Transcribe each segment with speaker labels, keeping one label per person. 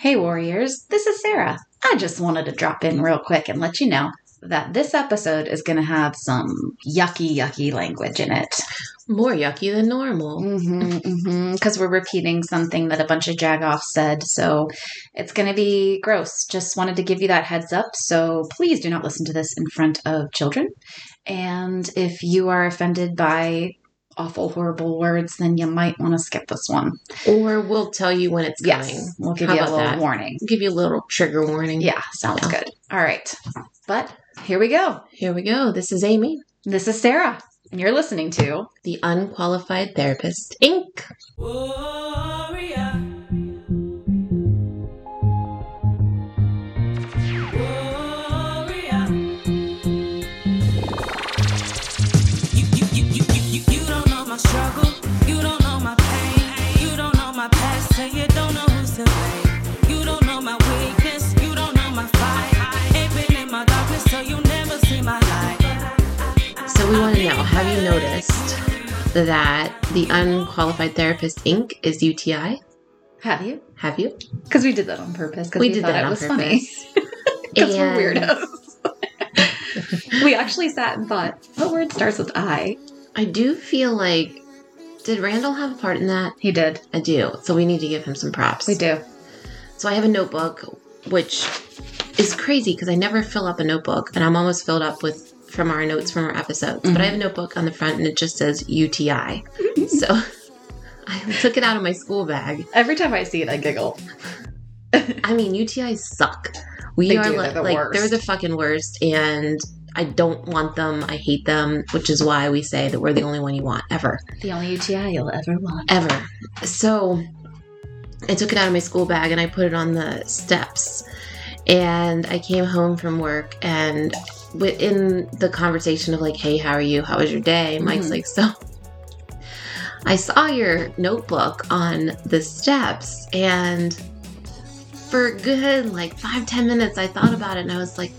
Speaker 1: Hey, Warriors, this is Sarah. I just wanted to drop in real quick and let you know that this episode is going to have some yucky, yucky language in it.
Speaker 2: More yucky than normal.
Speaker 1: Because Mm-hmm, we're repeating something that a bunch of jagoffs said. So it's going to be gross. Just wanted to give you that heads up. So please do not listen to this in front of children. And if you are offended by awful, horrible words, then you might want to skip this one.
Speaker 2: Or we'll tell you when it's coming.
Speaker 1: Yes, we'll give
Speaker 2: How
Speaker 1: you a
Speaker 2: about
Speaker 1: little
Speaker 2: that?
Speaker 1: warning.
Speaker 2: Give you a little trigger warning.
Speaker 1: Yeah, sounds
Speaker 2: Yeah.
Speaker 1: good. All right. But here we go.
Speaker 2: Here we go. This is Amy,
Speaker 1: This is Sarah, and you're listening to
Speaker 2: the Unqualified Therapist, Inc.
Speaker 3: Warrior. Warrior. You, you, you, you, you, you, you don't know my struggle. You don't know my pain. You don't know my past, and you don't know who's to blame. You don't know my weakness. You don't know my fight. I ain't been in my darkness, so you never see my light.
Speaker 2: So we want to know have you noticed that the Unqualified Therapist, Inc. is UTI?
Speaker 1: Have You?
Speaker 2: Have you?
Speaker 1: Because we did that on purpose. 'cause
Speaker 2: We did
Speaker 1: thought
Speaker 2: that
Speaker 1: it
Speaker 2: on
Speaker 1: was funny.
Speaker 2: purpose.
Speaker 1: Because we're
Speaker 2: And-
Speaker 1: weirdos. we actually sat and thought, what word starts with I?
Speaker 2: I do feel like. Did Randall have a part in that?
Speaker 1: He did.
Speaker 2: I do. So we need to give him some props.
Speaker 1: We do.
Speaker 2: So I have a notebook, which is crazy because I never fill up a notebook, and I'm almost filled up with from our notes from our episodes. But I have a notebook on the front, and it just says UTI. so I took it out of my school bag.
Speaker 1: Every time I see it, I giggle.
Speaker 2: I mean, UTIs suck. We
Speaker 1: They
Speaker 2: are
Speaker 1: do, they're
Speaker 2: like,
Speaker 1: the
Speaker 2: like,
Speaker 1: worst.
Speaker 2: they're the fucking worst, and I don't want them. I hate them, which is why we say that we're the only one you want ever.
Speaker 1: The only UTI you'll ever want.
Speaker 2: ever. So I took it out of my school bag and I put it on the steps. And I came home from work and within the conversation of like, hey, how are you? How was your day? Mike's
Speaker 1: Mhm.
Speaker 2: like, so I saw your notebook on the steps and for a good like five, ten minutes I thought about it and I was like,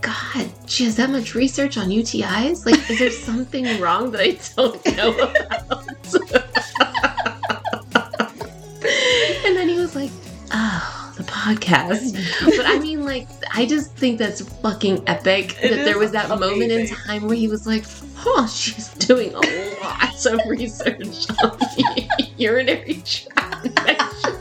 Speaker 2: God, she has that much research on UTIs? Like, is there something wrong that I don't know and then he was like, oh, the podcast. But I mean, like, I just think that's fucking epic
Speaker 1: It
Speaker 2: that there
Speaker 1: is
Speaker 2: was that moment in
Speaker 1: amazing.
Speaker 2: time where he was like, oh, she's doing a lot of research on the urinary tract. infection."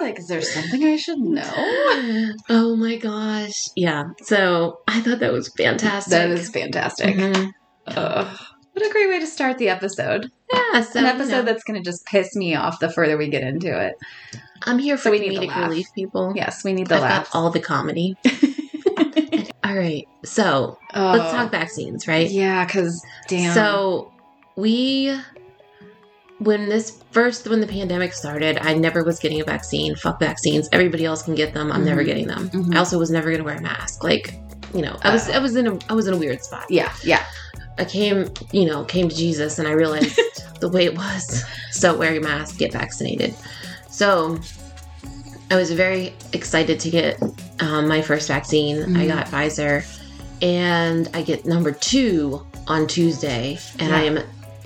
Speaker 1: like, is there something I should know?
Speaker 2: Oh my gosh. Yeah. So I thought that was fantastic.
Speaker 1: That is fantastic.
Speaker 2: Mhm.
Speaker 1: Ugh. what a great way to start the episode.
Speaker 2: Yeah, so
Speaker 1: An
Speaker 2: you
Speaker 1: episode
Speaker 2: know,
Speaker 1: that's going to just piss me off the further we get into it.
Speaker 2: I'm here for
Speaker 1: so we need the
Speaker 2: comedic
Speaker 1: laugh.
Speaker 2: relief, people.
Speaker 1: Yes, we need the
Speaker 2: I've
Speaker 1: laugh.
Speaker 2: got all the comedy. all right. So let's
Speaker 1: Oh.
Speaker 2: talk vaccines, right?
Speaker 1: Yeah, because damn.
Speaker 2: So we when this first when the pandemic started, I never was getting a vaccine. Fuck vaccines. Everybody else can get them. I'm never
Speaker 1: Mhm.
Speaker 2: getting them.
Speaker 1: Mhm.
Speaker 2: I also was never gonna wear a mask. Like, you know, I
Speaker 1: Uh.
Speaker 2: was I was in a I was in a weird spot.
Speaker 1: yeah, yeah.
Speaker 2: I came, you know, came to Jesus and I realized the way it was. So wear your mask, get vaccinated. So I was very excited to get um, my first vaccine. I
Speaker 1: Mhm.
Speaker 2: got Pfizer and I get number two on Tuesday. And I am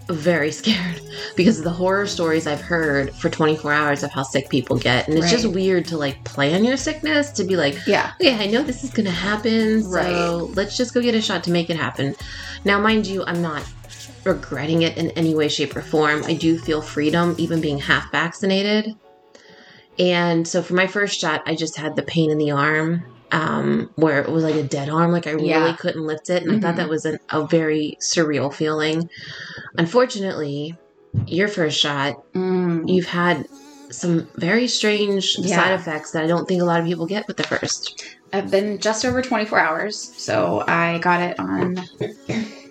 Speaker 2: very scared because of the horror stories I've heard for 24 hours of how sick people get. And it's just
Speaker 1: Right.
Speaker 2: weird to like plan your sickness to be like,
Speaker 1: Yeah.
Speaker 2: yeah, I know this is gonna happen, so
Speaker 1: Right.
Speaker 2: let's just go get a shot to make it happen. Now, mind you, I'm not regretting it in any way, shape, or form. I do feel freedom, even being half vaccinated. And so, for my first shot, I just had the pain in the arm, um, where it was like a dead arm, like I
Speaker 1: Yeah.
Speaker 2: really couldn't lift it, and I
Speaker 1: Mhm.
Speaker 2: thought that was an, a very surreal feeling. Unfortunately, your first shot,
Speaker 1: Mm.
Speaker 2: you've had some very strange
Speaker 1: Yeah.
Speaker 2: side effects that I don't think a lot of people get with the first.
Speaker 1: I've been just over 24 hours, so I got it on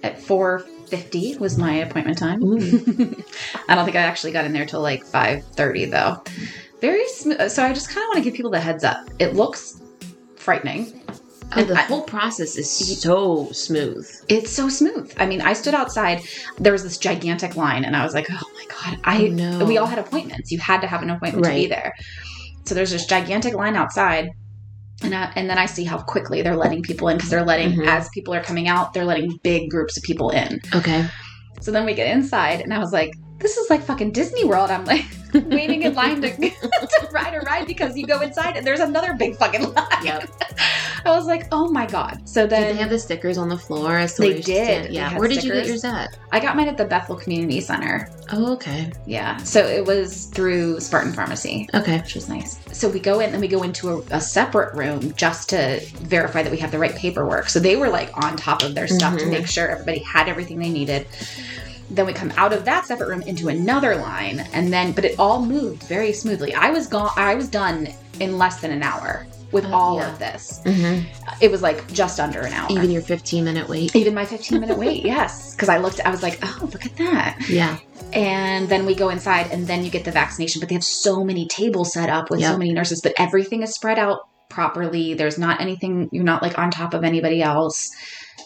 Speaker 1: at 4:50 was my appointment time. I don't think I actually got in there till like 5:30 though. Very sm- so I just kind of want to give people the heads up. It looks frightening.
Speaker 2: And the
Speaker 1: I-
Speaker 2: whole process is so smooth.
Speaker 1: It's so smooth. I mean, I stood outside. There was this gigantic line, and I was like, "Oh my god!" I
Speaker 2: Oh, no.
Speaker 1: we all had appointments. You had to have an appointment to be
Speaker 2: Right.
Speaker 1: there. So there's this gigantic line outside, and I, and then I see how quickly they're letting people in because they're letting
Speaker 2: Mhm.
Speaker 1: as people are coming out, they're letting big groups of people in.
Speaker 2: Okay.
Speaker 1: So then we get inside, and I was like, "This is like fucking Disney World." I'm like, waiting in line to, to ride a ride because you go inside and there's another big fucking line.
Speaker 2: Yep.
Speaker 1: I was like, oh my god. So
Speaker 2: Did they
Speaker 1: then
Speaker 2: have the stickers on the floor? as to
Speaker 1: They
Speaker 2: where you should
Speaker 1: did.
Speaker 2: stand?
Speaker 1: They
Speaker 2: Yeah.
Speaker 1: had
Speaker 2: Where did you get
Speaker 1: stickers.
Speaker 2: yours at?
Speaker 1: I got mine at the Bethel Community Center.
Speaker 2: Oh, okay.
Speaker 1: Yeah. So it was through Spartan Pharmacy.
Speaker 2: Okay.
Speaker 1: Which was nice. So we go in, then we go into a, a separate room just to verify that we have the right paperwork. So they were like on top of their stuff
Speaker 2: Mhm.
Speaker 1: to make sure everybody had everything they needed. Then we come out of that separate room into another line, and then but it all moved very smoothly. I was gone. I was done in less than an hour with
Speaker 2: Oh,
Speaker 1: all
Speaker 2: yeah.
Speaker 1: of this.
Speaker 2: hmm
Speaker 1: It was like just under an hour.
Speaker 2: Even your 15 minute wait.
Speaker 1: Even my 15 minute wait, yes. Because I looked, I was like, oh, look at that.
Speaker 2: Yeah.
Speaker 1: And then we go inside, and then you get the vaccination. But they have so many tables set up with
Speaker 2: Yep.
Speaker 1: so many nurses, but everything is spread out properly. There's not anything, you're not like on top of anybody else.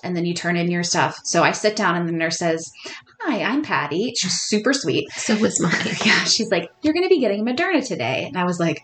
Speaker 1: And then you turn in your stuff. So I sit down, and the nurse says, Hi, I'm Patty. She's super sweet.
Speaker 2: So was mine.
Speaker 1: Yeah, she's like, You're going to be getting Moderna today. And I was like,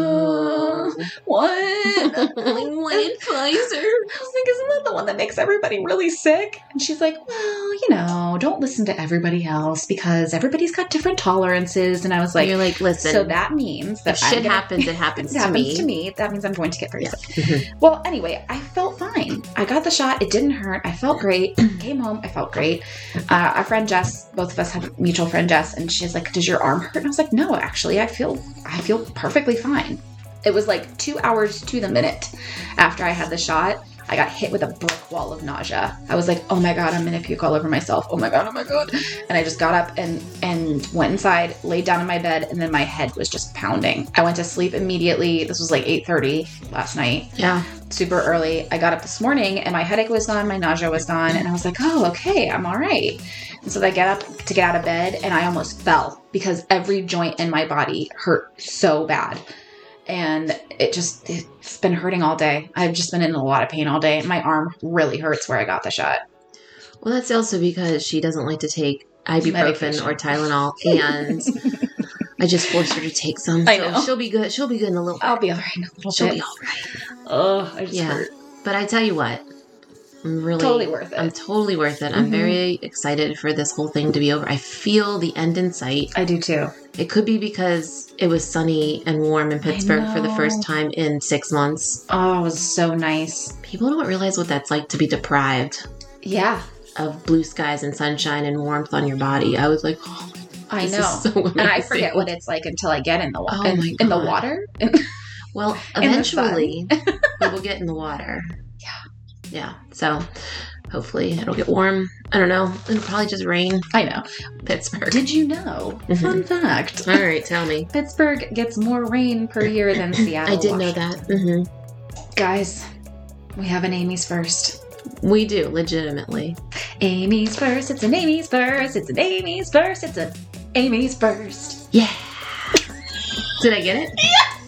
Speaker 2: Oh.
Speaker 1: What?
Speaker 2: Only one in Pfizer.
Speaker 1: I was like, isn't that the one that makes everybody really sick? And she's like, well, you know, don't listen to everybody else because everybody's got different tolerances. And I was like,
Speaker 2: You're like, listen.
Speaker 1: so that means that
Speaker 2: if
Speaker 1: I'm
Speaker 2: shit
Speaker 1: gonna-
Speaker 2: happens, it happens,
Speaker 1: it happens
Speaker 2: to
Speaker 1: to
Speaker 2: me.
Speaker 1: me. That means I'm going to get very
Speaker 2: Yeah. Mhm.
Speaker 1: sick. well, anyway, I felt fine. I got the shot. It didn't hurt. I felt great. Came home. I felt great. Uh, our friend Jess, both of us have a mutual friend Jess, and she's like, "Does your arm hurt?" And I was like, "No, actually, I feel I feel perfectly fine." It was like two hours to the minute after I had the shot. I got hit with a brick wall of nausea. I was like, "Oh my god, I'm gonna puke all over myself." Oh my god, oh my god! And I just got up and and went inside, laid down in my bed, and then my head was just pounding. I went to sleep immediately. This was like 8:30 last night,
Speaker 2: Yeah.
Speaker 1: super early. I got up this morning and my headache was gone, my nausea was gone, and I was like, "Oh, okay, I'm all right." And so I get up to get out of bed, and I almost fell because every joint in my body hurt so bad. And it just, it's been hurting all day. I've just been in a lot of pain all day. My arm really hurts where I got the shot.
Speaker 2: Well, that's also because she doesn't like to take ibuprofen
Speaker 1: Medication.
Speaker 2: or Tylenol, and I just forced her to take some.
Speaker 1: I
Speaker 2: so
Speaker 1: know.
Speaker 2: she'll be good. She'll be good in a little.
Speaker 1: I'll be all right in a little
Speaker 2: she'll
Speaker 1: bit.
Speaker 2: be all right.
Speaker 1: Oh, I
Speaker 2: Yeah. But I tell you what, I'm really
Speaker 1: Totally worth it.
Speaker 2: I'm totally worth it. I'm
Speaker 1: Mhm.
Speaker 2: very excited for this whole thing to be over. I feel the end in sight.
Speaker 1: I do too.
Speaker 2: It could be because it was sunny and warm in Pittsburgh for the first
Speaker 1: know.
Speaker 2: time in six months.
Speaker 1: Oh, it was so nice.
Speaker 2: People don't realize what that's like to be deprived
Speaker 1: Yeah,
Speaker 2: of blue skies and sunshine and warmth on your body. I was like, oh,
Speaker 1: I
Speaker 2: this
Speaker 1: know.
Speaker 2: is so amazing.
Speaker 1: and I forget what it's like until I get in the water.
Speaker 2: Oh
Speaker 1: in,
Speaker 2: my
Speaker 1: in the
Speaker 2: God.
Speaker 1: water?
Speaker 2: Well,
Speaker 1: In the
Speaker 2: eventually we will get in the water. Yeah. Yeah. So hopefully it'll get warm. I don't know. It'll probably just rain
Speaker 1: I know.
Speaker 2: Pittsburgh.
Speaker 1: Did you know? Mm-hmm.
Speaker 2: Mhm.
Speaker 1: Fun fact
Speaker 2: All right, tell me.
Speaker 1: Pittsburgh gets more rain per year than Seattle.
Speaker 2: I did know that. hmm
Speaker 1: that. Guys, we have an Amy's first.
Speaker 2: We do, legitimately.
Speaker 1: Amy's first. It's an Amy's first. It's an Amy's first. It's an Amy's first.
Speaker 2: Yeah. Did I get it? yes.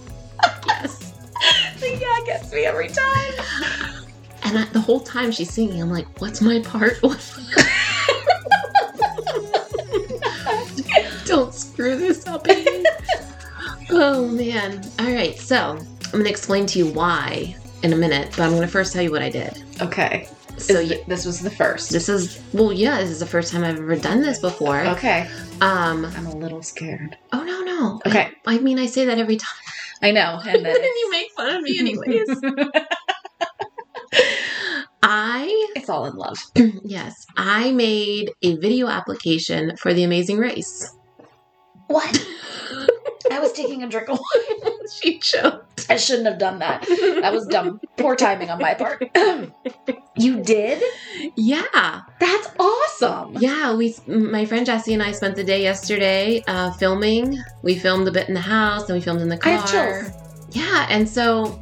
Speaker 1: yeah, gets me every time.
Speaker 2: And I, the whole time she's singing, I'm like, what's my part? Don't screw this up. Amy. oh man. All right. So I'm going to explain to you why in a minute, but I'm going to first tell you what I did.
Speaker 1: Okay.
Speaker 2: So
Speaker 1: So
Speaker 2: you,
Speaker 1: this was the first.
Speaker 2: this is, well, yeah, this is the first time I've ever done this before.
Speaker 1: okay.
Speaker 2: Um,
Speaker 1: I'm a little scared.
Speaker 2: oh no, no.
Speaker 1: Okay.
Speaker 2: I, I mean, I say that every time.
Speaker 1: I know. And then
Speaker 2: Wouldn't you make fun of me anyways? I
Speaker 1: it's all in love.
Speaker 2: yes, I made a video application for the Amazing Race.
Speaker 1: What? I was taking a drink of wine.
Speaker 2: she choked.
Speaker 1: I shouldn't have done that. That was dumb. Poor timing on my part. you did?
Speaker 2: Yeah,
Speaker 1: That's awesome.
Speaker 2: yeah. We, my friend Jesse and I spent the day yesterday uh, filming. We filmed a bit in the house, and we filmed in the
Speaker 1: I
Speaker 2: car.
Speaker 1: have chills.
Speaker 2: Yeah, and so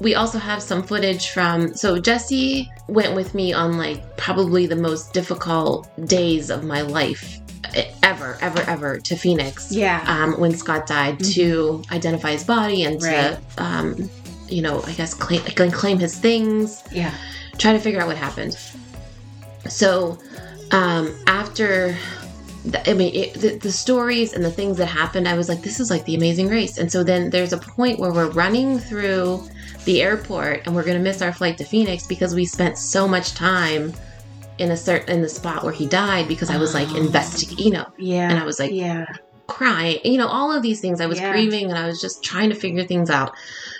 Speaker 2: we also have some footage from. So Jesse went with me on like probably the most difficult days of my life eh, ever, ever, ever to Phoenix.
Speaker 1: Yeah.
Speaker 2: um, when Scott died
Speaker 1: Mhm.
Speaker 2: to identify his body and
Speaker 1: Right.
Speaker 2: to, um, you know, I guess claim, like, claim his things,
Speaker 1: Yeah.
Speaker 2: try to figure out what happened. So um, after, the, I mean, it, the, the stories and the things that happened, I was like, this is like the amazing race. And so then there's a point where we're running through the airport and we're going to miss our flight to Phoenix because we spent so much time in a certain in the spot where he died because I was like
Speaker 1: Oh.
Speaker 2: investing, you know,
Speaker 1: Yeah.
Speaker 2: and I was like
Speaker 1: yeah.
Speaker 2: crying, you know, all of these things. I was
Speaker 1: Yeah.
Speaker 2: grieving and I was just trying to figure things out.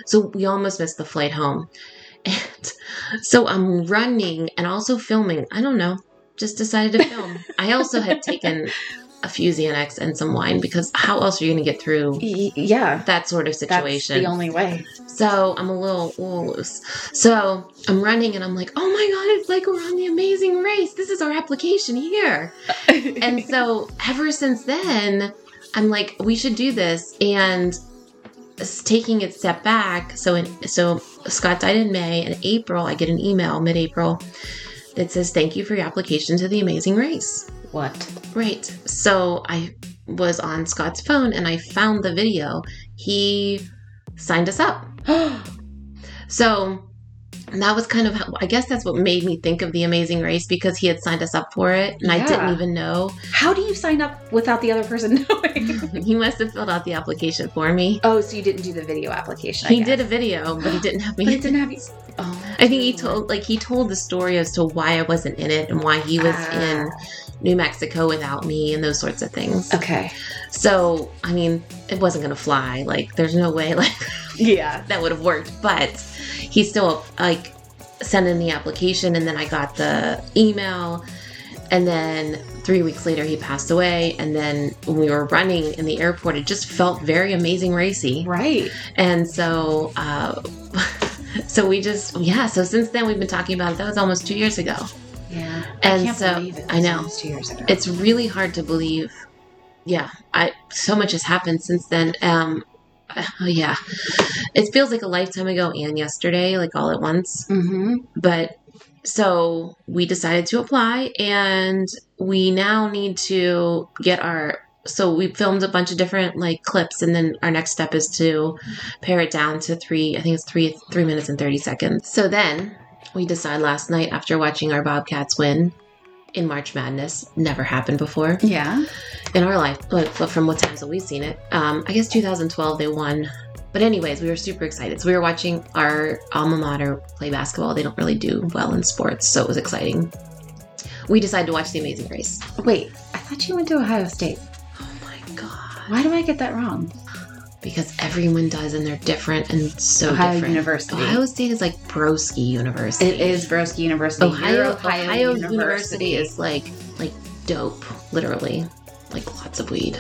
Speaker 2: So we almost missed the flight home. And so I'm running and also filming. I don't know, just decided to film. I also had taken a few Xanax and some wine because how else are you going to get through
Speaker 1: Y- yeah.
Speaker 2: that sort
Speaker 1: That's
Speaker 2: of situation?
Speaker 1: the only way.
Speaker 2: So I'm a little ooh, loose. So I'm running and I'm like, oh my God, it's like we're on the amazing race. This is our application here. And so ever since then, I'm like, we should do this. And s- taking a step back, so in, so Scott died in May. In April, I get an email mid April that says, thank you for your application to the amazing race.
Speaker 1: what?
Speaker 2: Right. So I was on Scott's phone and I found the video. He signed us up. So that was kind of, how, I guess that's what made me think of The Amazing Race because he had signed us up for it and I didn't
Speaker 1: Yeah.
Speaker 2: even know.
Speaker 1: How do you sign up without the other person knowing?
Speaker 2: he must have filled out the application for me.
Speaker 1: oh, so you didn't do the video application. Oh, I
Speaker 2: he did a
Speaker 1: guess.
Speaker 2: video, but he didn't have
Speaker 1: But it
Speaker 2: me.
Speaker 1: didn't have you. Oh,
Speaker 2: I think he told, like, he told the story as to why I wasn't in it and why he was
Speaker 1: Ah.
Speaker 2: in New Mexico without me and those sorts of things.
Speaker 1: Okay.
Speaker 2: So, I mean, it wasn't going to fly. Like, there's no way, like,
Speaker 1: Yeah.
Speaker 2: that would have worked, but he still like sent in the application and then I got the email and then three weeks later he passed away and then when we were running in the airport it just felt very amazing racy
Speaker 1: Right.
Speaker 2: and so uh so we just yeah so since then we've been talking about it that was almost two years ago
Speaker 1: Yeah.
Speaker 2: and
Speaker 1: I can't
Speaker 2: so
Speaker 1: believe it.
Speaker 2: I know
Speaker 1: It's two years ago.
Speaker 2: it's really hard to believe yeah i so much has happened since then um oh yeah it feels like a lifetime ago and yesterday like all at once
Speaker 1: Mm-hmm.
Speaker 2: but so we decided to apply and we now need to get our so we filmed a bunch of different like clips and then our next step is to pare it down to three i think it's three three minutes and 30 seconds so then we decide last night after watching our bobcats win in march madness never happened before
Speaker 1: Yeah.
Speaker 2: in our life, but, but from what times have we seen it? Um, I guess 2012 they won. But anyways, we were super excited. So we were watching our alma mater play basketball. They don't really do well in sports, so it was exciting. We decided to watch The Amazing Race.
Speaker 1: Wait, I thought you went to Ohio State.
Speaker 2: Oh my god!
Speaker 1: Why do I get that wrong?
Speaker 2: Because everyone does, and they're different and so
Speaker 1: Ohio
Speaker 2: different.
Speaker 1: University.
Speaker 2: Ohio State is like broski university.
Speaker 1: It is Broski University.
Speaker 2: Ohio,
Speaker 1: You're
Speaker 2: Ohio, University. is like like dope, literally, like lots of weed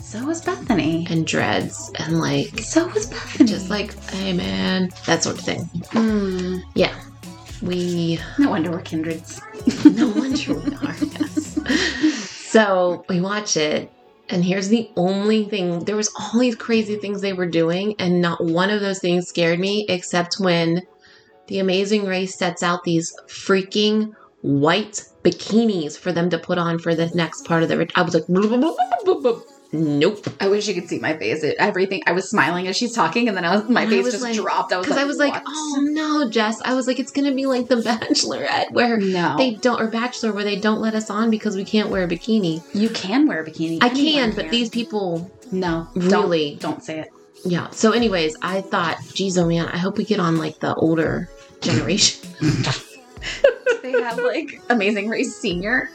Speaker 1: So is Bethany.
Speaker 2: and dreads and like
Speaker 1: So is Bethany.
Speaker 2: just like mm. hey man that sort of thing
Speaker 1: Hmm.
Speaker 2: we
Speaker 1: no wonder we're kindreds.
Speaker 2: no wonder we are yes so we watch it and here's the only thing there was all these crazy things they were doing and not one of those things scared me except when the amazing race sets out these freaking white bikinis for them to put on for the next part of the i was like nope
Speaker 1: I wish you could see my face. It, everything. I was smiling as she's talking, and then I was, my
Speaker 2: I
Speaker 1: face
Speaker 2: was
Speaker 1: just
Speaker 2: like-
Speaker 1: dropped. I was
Speaker 2: because
Speaker 1: like,
Speaker 2: i was like
Speaker 1: "What?"
Speaker 2: oh no jess i was like it's gonna be like the bachelorette where
Speaker 1: no,
Speaker 2: they don't or bachelor where they don't let us on because we can't wear a bikini
Speaker 1: you can wear a bikini.
Speaker 2: i
Speaker 1: Anyone
Speaker 2: can but these people
Speaker 1: no, don't,
Speaker 2: really
Speaker 1: don't say it.
Speaker 2: yeah so anyways i thought geez oh man i hope we get on like the older generation
Speaker 1: they have like Amazing Race Senior.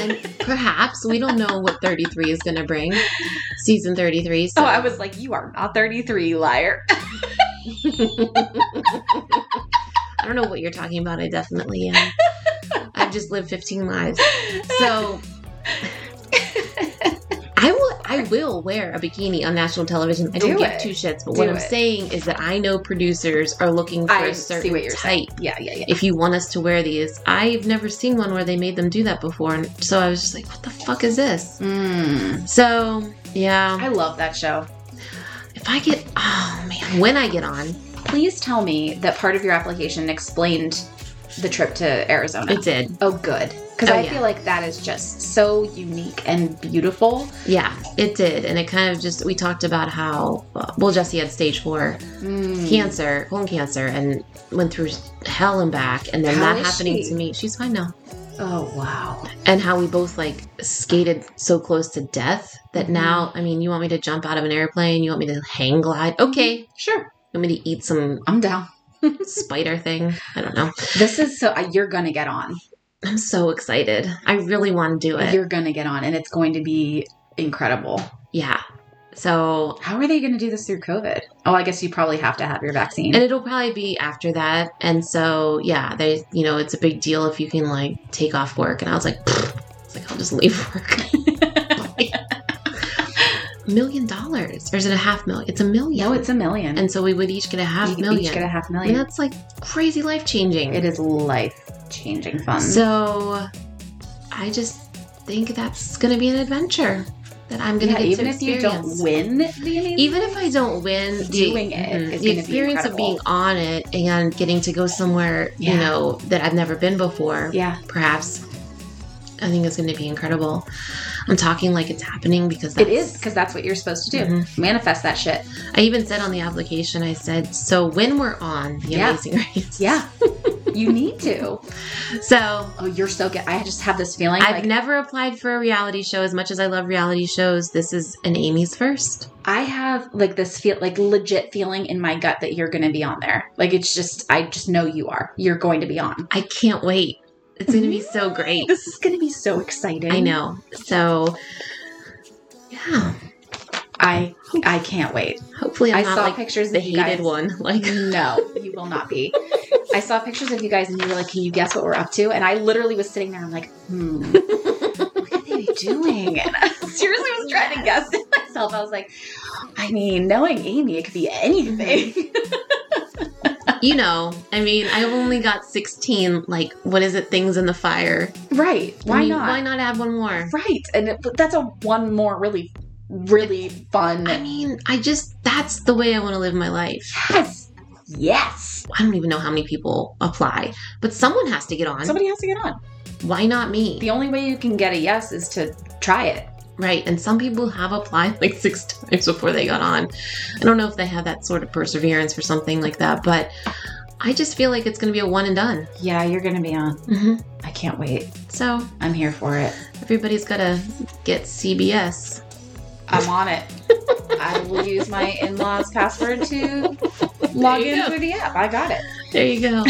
Speaker 2: and perhaps we don't know what 33 is gonna bring season 33 so
Speaker 1: Oh, I was like, you are not thirty three, liar.
Speaker 2: I don't know what you're talking about i definitely am i've just lived 15 lives so I will, I will wear a bikini on national television. I
Speaker 1: Do
Speaker 2: don't give
Speaker 1: it.
Speaker 2: two shits. But
Speaker 1: Do
Speaker 2: what I'm
Speaker 1: it.
Speaker 2: saying is that I know producers are looking for
Speaker 1: I
Speaker 2: a
Speaker 1: see
Speaker 2: certain
Speaker 1: what you're
Speaker 2: type.
Speaker 1: Yeah, yeah, yeah.
Speaker 2: If you want us to wear these, I've never seen one where they made them do that before. And so I was just like, what the fuck is this? Hmm.
Speaker 1: Mm,
Speaker 2: So yeah,
Speaker 1: I love that show.
Speaker 2: if I get, oh man, when I get on,
Speaker 1: Please tell me that part of your application explained the trip to Arizona.
Speaker 2: it did.
Speaker 1: oh, good. Because
Speaker 2: Oh,
Speaker 1: I
Speaker 2: yeah.
Speaker 1: feel like that is just so unique and beautiful.
Speaker 2: Yeah, it did. And it kind of just we talked about how uh, well Jesse had stage four Hmm.
Speaker 1: Mm.
Speaker 2: cancer, colon cancer, and went through hell and back. And then
Speaker 1: How
Speaker 2: that
Speaker 1: is
Speaker 2: happening
Speaker 1: she?
Speaker 2: to me, she's fine now.
Speaker 1: Oh wow.
Speaker 2: and how we both like skated so close to death that
Speaker 1: Mhm.
Speaker 2: now i mean you want me to jump out of an airplane you want me to hang glide okay you
Speaker 1: Sure,
Speaker 2: want me to eat some
Speaker 1: I'm down.
Speaker 2: spider thing i don't know
Speaker 1: This is so uh, you're gonna get on.
Speaker 2: i'm so excited i really want to do it
Speaker 1: You're gonna get on, and it's going to be incredible.
Speaker 2: Yeah. So,
Speaker 1: How are they going to do this through COVID? Oh, I guess you probably have to have your vaccine.
Speaker 2: and it'll probably be after that. And so, yeah, they, you know, it's a big deal if you can like take off work. And I was like, it's like, I'll just leave work. million dollars. Or is it a half million? It's a million.
Speaker 1: no, it's a million.
Speaker 2: and so we would each get a half
Speaker 1: you
Speaker 2: million.
Speaker 1: each get a half
Speaker 2: I mean,
Speaker 1: million.
Speaker 2: that's like crazy life changing.
Speaker 1: It is life changing fun.
Speaker 2: So I just think that's going to be an adventure that I'm going
Speaker 1: yeah,
Speaker 2: to get
Speaker 1: even
Speaker 2: to
Speaker 1: if you
Speaker 2: experience.
Speaker 1: don't win the amazing,
Speaker 2: even if I don't win,
Speaker 1: Doing it
Speaker 2: Mhm.
Speaker 1: is gonna
Speaker 2: the
Speaker 1: be
Speaker 2: experience of
Speaker 1: incredible.
Speaker 2: being on it and getting to go somewhere you
Speaker 1: Yeah.
Speaker 2: know that I've never been before,
Speaker 1: yeah,
Speaker 2: perhaps I think it's going to be incredible. I'm talking like it's happening because
Speaker 1: it
Speaker 2: that's,
Speaker 1: is because that's what you're supposed to do.
Speaker 2: Mhm.
Speaker 1: Manifest that shit.
Speaker 2: I even said on the application, I said, so when we're on the
Speaker 1: Yeah.
Speaker 2: Amazing Race,
Speaker 1: Yeah, you need to.
Speaker 2: So
Speaker 1: Oh, you're so good. I just have this feeling.
Speaker 2: I've
Speaker 1: like,
Speaker 2: never applied for a reality show. As much as I love reality shows, this is an Amy's first.
Speaker 1: I have like this feel like legit feeling in my gut that you're going to be on there. Like it's just I just know you are. You're going to be on.
Speaker 2: I can't wait. It's going to be so great.
Speaker 1: This is going to be so exciting.
Speaker 2: I know. So, yeah.
Speaker 1: I I can't wait.
Speaker 2: Hopefully,
Speaker 1: i
Speaker 2: I'm not
Speaker 1: saw
Speaker 2: like
Speaker 1: pictures
Speaker 2: the
Speaker 1: of you
Speaker 2: hated
Speaker 1: guys.
Speaker 2: one. Like,
Speaker 1: No, you will not be. I saw pictures of you guys, and you were like, "Can you guess what we're up to?" And I literally was sitting there. I'm like, "Hmm, what are they doing?" And I seriously was trying to guess it myself. I was like, "I mean, knowing Amy, it could be anything." Mm-hmm.
Speaker 2: you know, I mean, I've only got 16. Like, what is it? Things in the fire.
Speaker 1: right?
Speaker 2: I
Speaker 1: Why
Speaker 2: mean,
Speaker 1: not?
Speaker 2: Why not add one more?
Speaker 1: Right? And it, but that's a one more really, really fun.
Speaker 2: I mean, I just, that's the way I want to live my life.
Speaker 1: yes, yes.
Speaker 2: I don't even know how many people apply, but someone has to get on.
Speaker 1: Somebody has to get on.
Speaker 2: Why not me?
Speaker 1: The only way you can get a yes is to try it.
Speaker 2: Right. And some people have applied like six times before they got on. I don't know if they have that sort of perseverance for something like that, but I just feel like it's going to be a one and done.
Speaker 1: Yeah, you're gonna be on.
Speaker 2: hmm
Speaker 1: I can't wait.
Speaker 2: So
Speaker 1: I'm here for it.
Speaker 2: everybody's got to get CBS.
Speaker 1: I'm on it. I will use my in law's password to log
Speaker 2: you
Speaker 1: in
Speaker 2: go.
Speaker 1: through the app. I got it.
Speaker 2: There you go.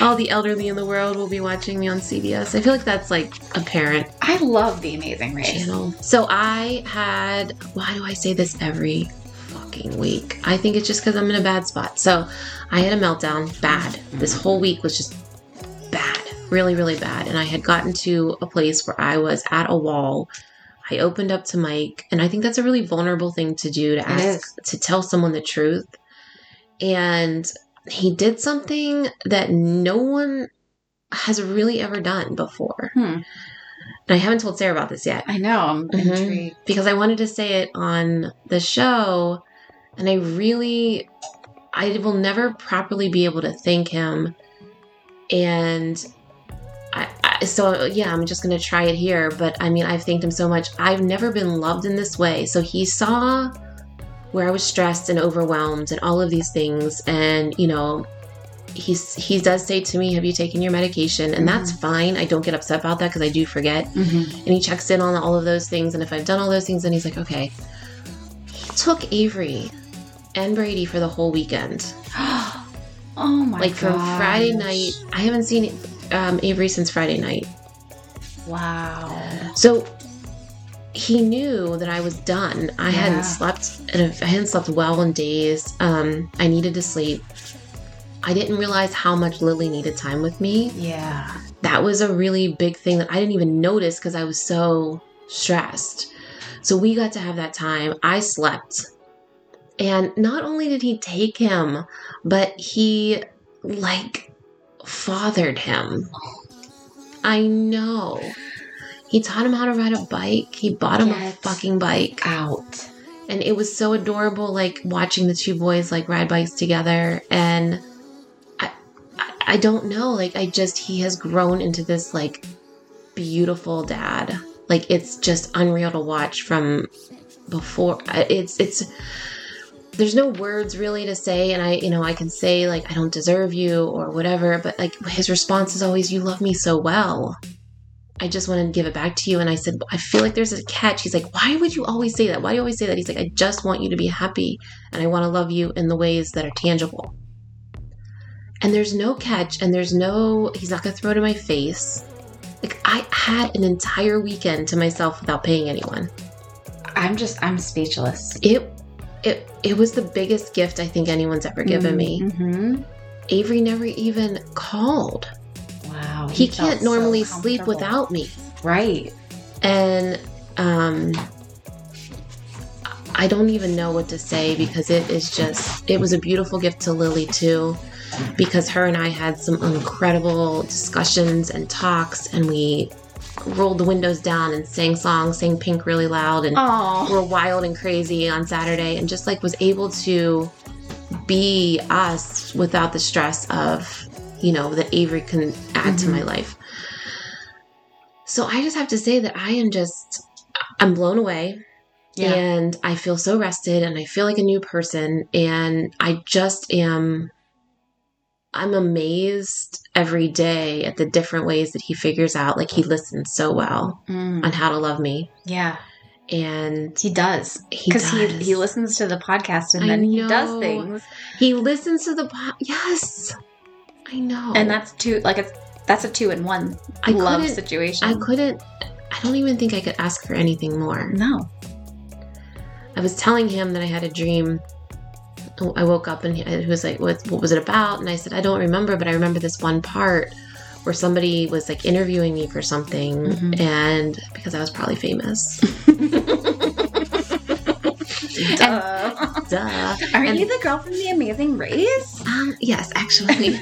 Speaker 2: All the elderly in the world will be watching me on CBS. I feel like that's like a parent
Speaker 1: I love The Amazing Race.
Speaker 2: channel. So I had, why do I say this every fucking week? I think it's just because I'm in a bad spot. So I had a meltdown, bad. This whole week was just bad, really, really bad. And I had gotten to a place where I was at a wall. I opened up to Mike, and I think that's a really vulnerable thing to do to ask,
Speaker 1: is.
Speaker 2: to tell someone the truth. And he did something that no one has really ever done before.
Speaker 1: Hmm.
Speaker 2: And I haven't told Sarah about this yet
Speaker 1: I know. I'm
Speaker 2: Mhm.
Speaker 1: intrigued.
Speaker 2: because I wanted to say it on the show, and I really, I will never properly be able to thank him. And I, I so yeah, I'm just gonna try it here. But I mean, I've thanked him so much. I've never been loved in this way. So he saw where I was stressed and overwhelmed and all of these things, and you know. He's, he does say to me, Have you taken your medication? And that's fine. I don't get upset about that because I do forget and he checks in on all of those things and if i've done all those things then he's like okay he took avery and brady for the whole weekend
Speaker 1: oh my
Speaker 2: like from
Speaker 1: gosh.
Speaker 2: friday night i haven't seen um, avery since friday night
Speaker 1: Wow.
Speaker 2: so he knew that i was done i
Speaker 1: Yeah.
Speaker 2: hadn't slept and if- i hadn't slept well in days um, i needed to sleep i didn't realize how much lily needed time with me
Speaker 1: Yeah.
Speaker 2: that was a really big thing that I didn't even notice because I was so stressed. So we got to have that time. I slept. And not only did he take him, but he like fathered him. I know. He taught him how to ride a bike. He bought him
Speaker 1: Get
Speaker 2: a fucking bike.
Speaker 1: Out.
Speaker 2: And it was so adorable, like watching the two boys like ride bikes together. And I, I, I don't know, like I just he has grown into this like beautiful dad. Like it's just unreal to watch from before. I- It's it's there's no words really to say, and I you know I can say like I don't deserve you or whatever, but like his response is always you love me so well. I just want to give it back to you. And I said, I feel like there's a catch. He's like, Why would you always say that? Why do you always say that? He's like, I just want you to be happy and I want to love you in the ways that are tangible. And there's no catch and there's no, he's not going to throw it in my face. Like I had an entire weekend to myself without paying anyone.
Speaker 1: I'm just, I'm speechless.
Speaker 2: It it it was the biggest gift I think anyone's ever given me.
Speaker 1: Mm-hmm.
Speaker 2: Avery never even called.
Speaker 1: Wow.
Speaker 2: He,
Speaker 1: felt
Speaker 2: can't normally
Speaker 1: so
Speaker 2: sleep
Speaker 1: comfortable.
Speaker 2: without me.
Speaker 1: Right.
Speaker 2: And um I don't even know what to say because it is just it was a beautiful gift to Lily too because her and I had some incredible discussions and talks and we rolled the windows down and sang songs, sang pink really loud and
Speaker 1: Oh.
Speaker 2: were wild and crazy on Saturday and just like was able to be us without the stress of, you know, that Avery can add to
Speaker 1: Mhm.
Speaker 2: my life. So I just have to say that I am just, I'm blown away
Speaker 1: Yeah.
Speaker 2: and I feel so rested and I feel like a new person and I just am. I'm amazed every day at the different ways that he figures out. Like, he listens so well
Speaker 1: Mm.
Speaker 2: on how to love me.
Speaker 1: Yeah.
Speaker 2: And
Speaker 1: He does.
Speaker 2: he
Speaker 1: Because he,
Speaker 2: does.
Speaker 1: he listens to the podcast and
Speaker 2: I
Speaker 1: then he does
Speaker 2: know.
Speaker 1: things.
Speaker 2: He listens to the po- yes. I know.
Speaker 1: And that's two, like, it's, that's a two in one
Speaker 2: Oh. I
Speaker 1: love
Speaker 2: couldn't-
Speaker 1: situation.
Speaker 2: I couldn't. I don't even think I could ask for anything more.
Speaker 1: No.
Speaker 2: I was telling him that I had a dream. I woke up and he, he was like, what, "What was it about?" And I said, "I don't remember, but I remember this one part where somebody was like interviewing me for something,
Speaker 1: Mhm.
Speaker 2: and because I was probably famous,
Speaker 1: Duh.
Speaker 2: duh."
Speaker 1: Aren't
Speaker 2: and-
Speaker 1: you the girl from The Amazing Race?
Speaker 2: Um, yes, actually.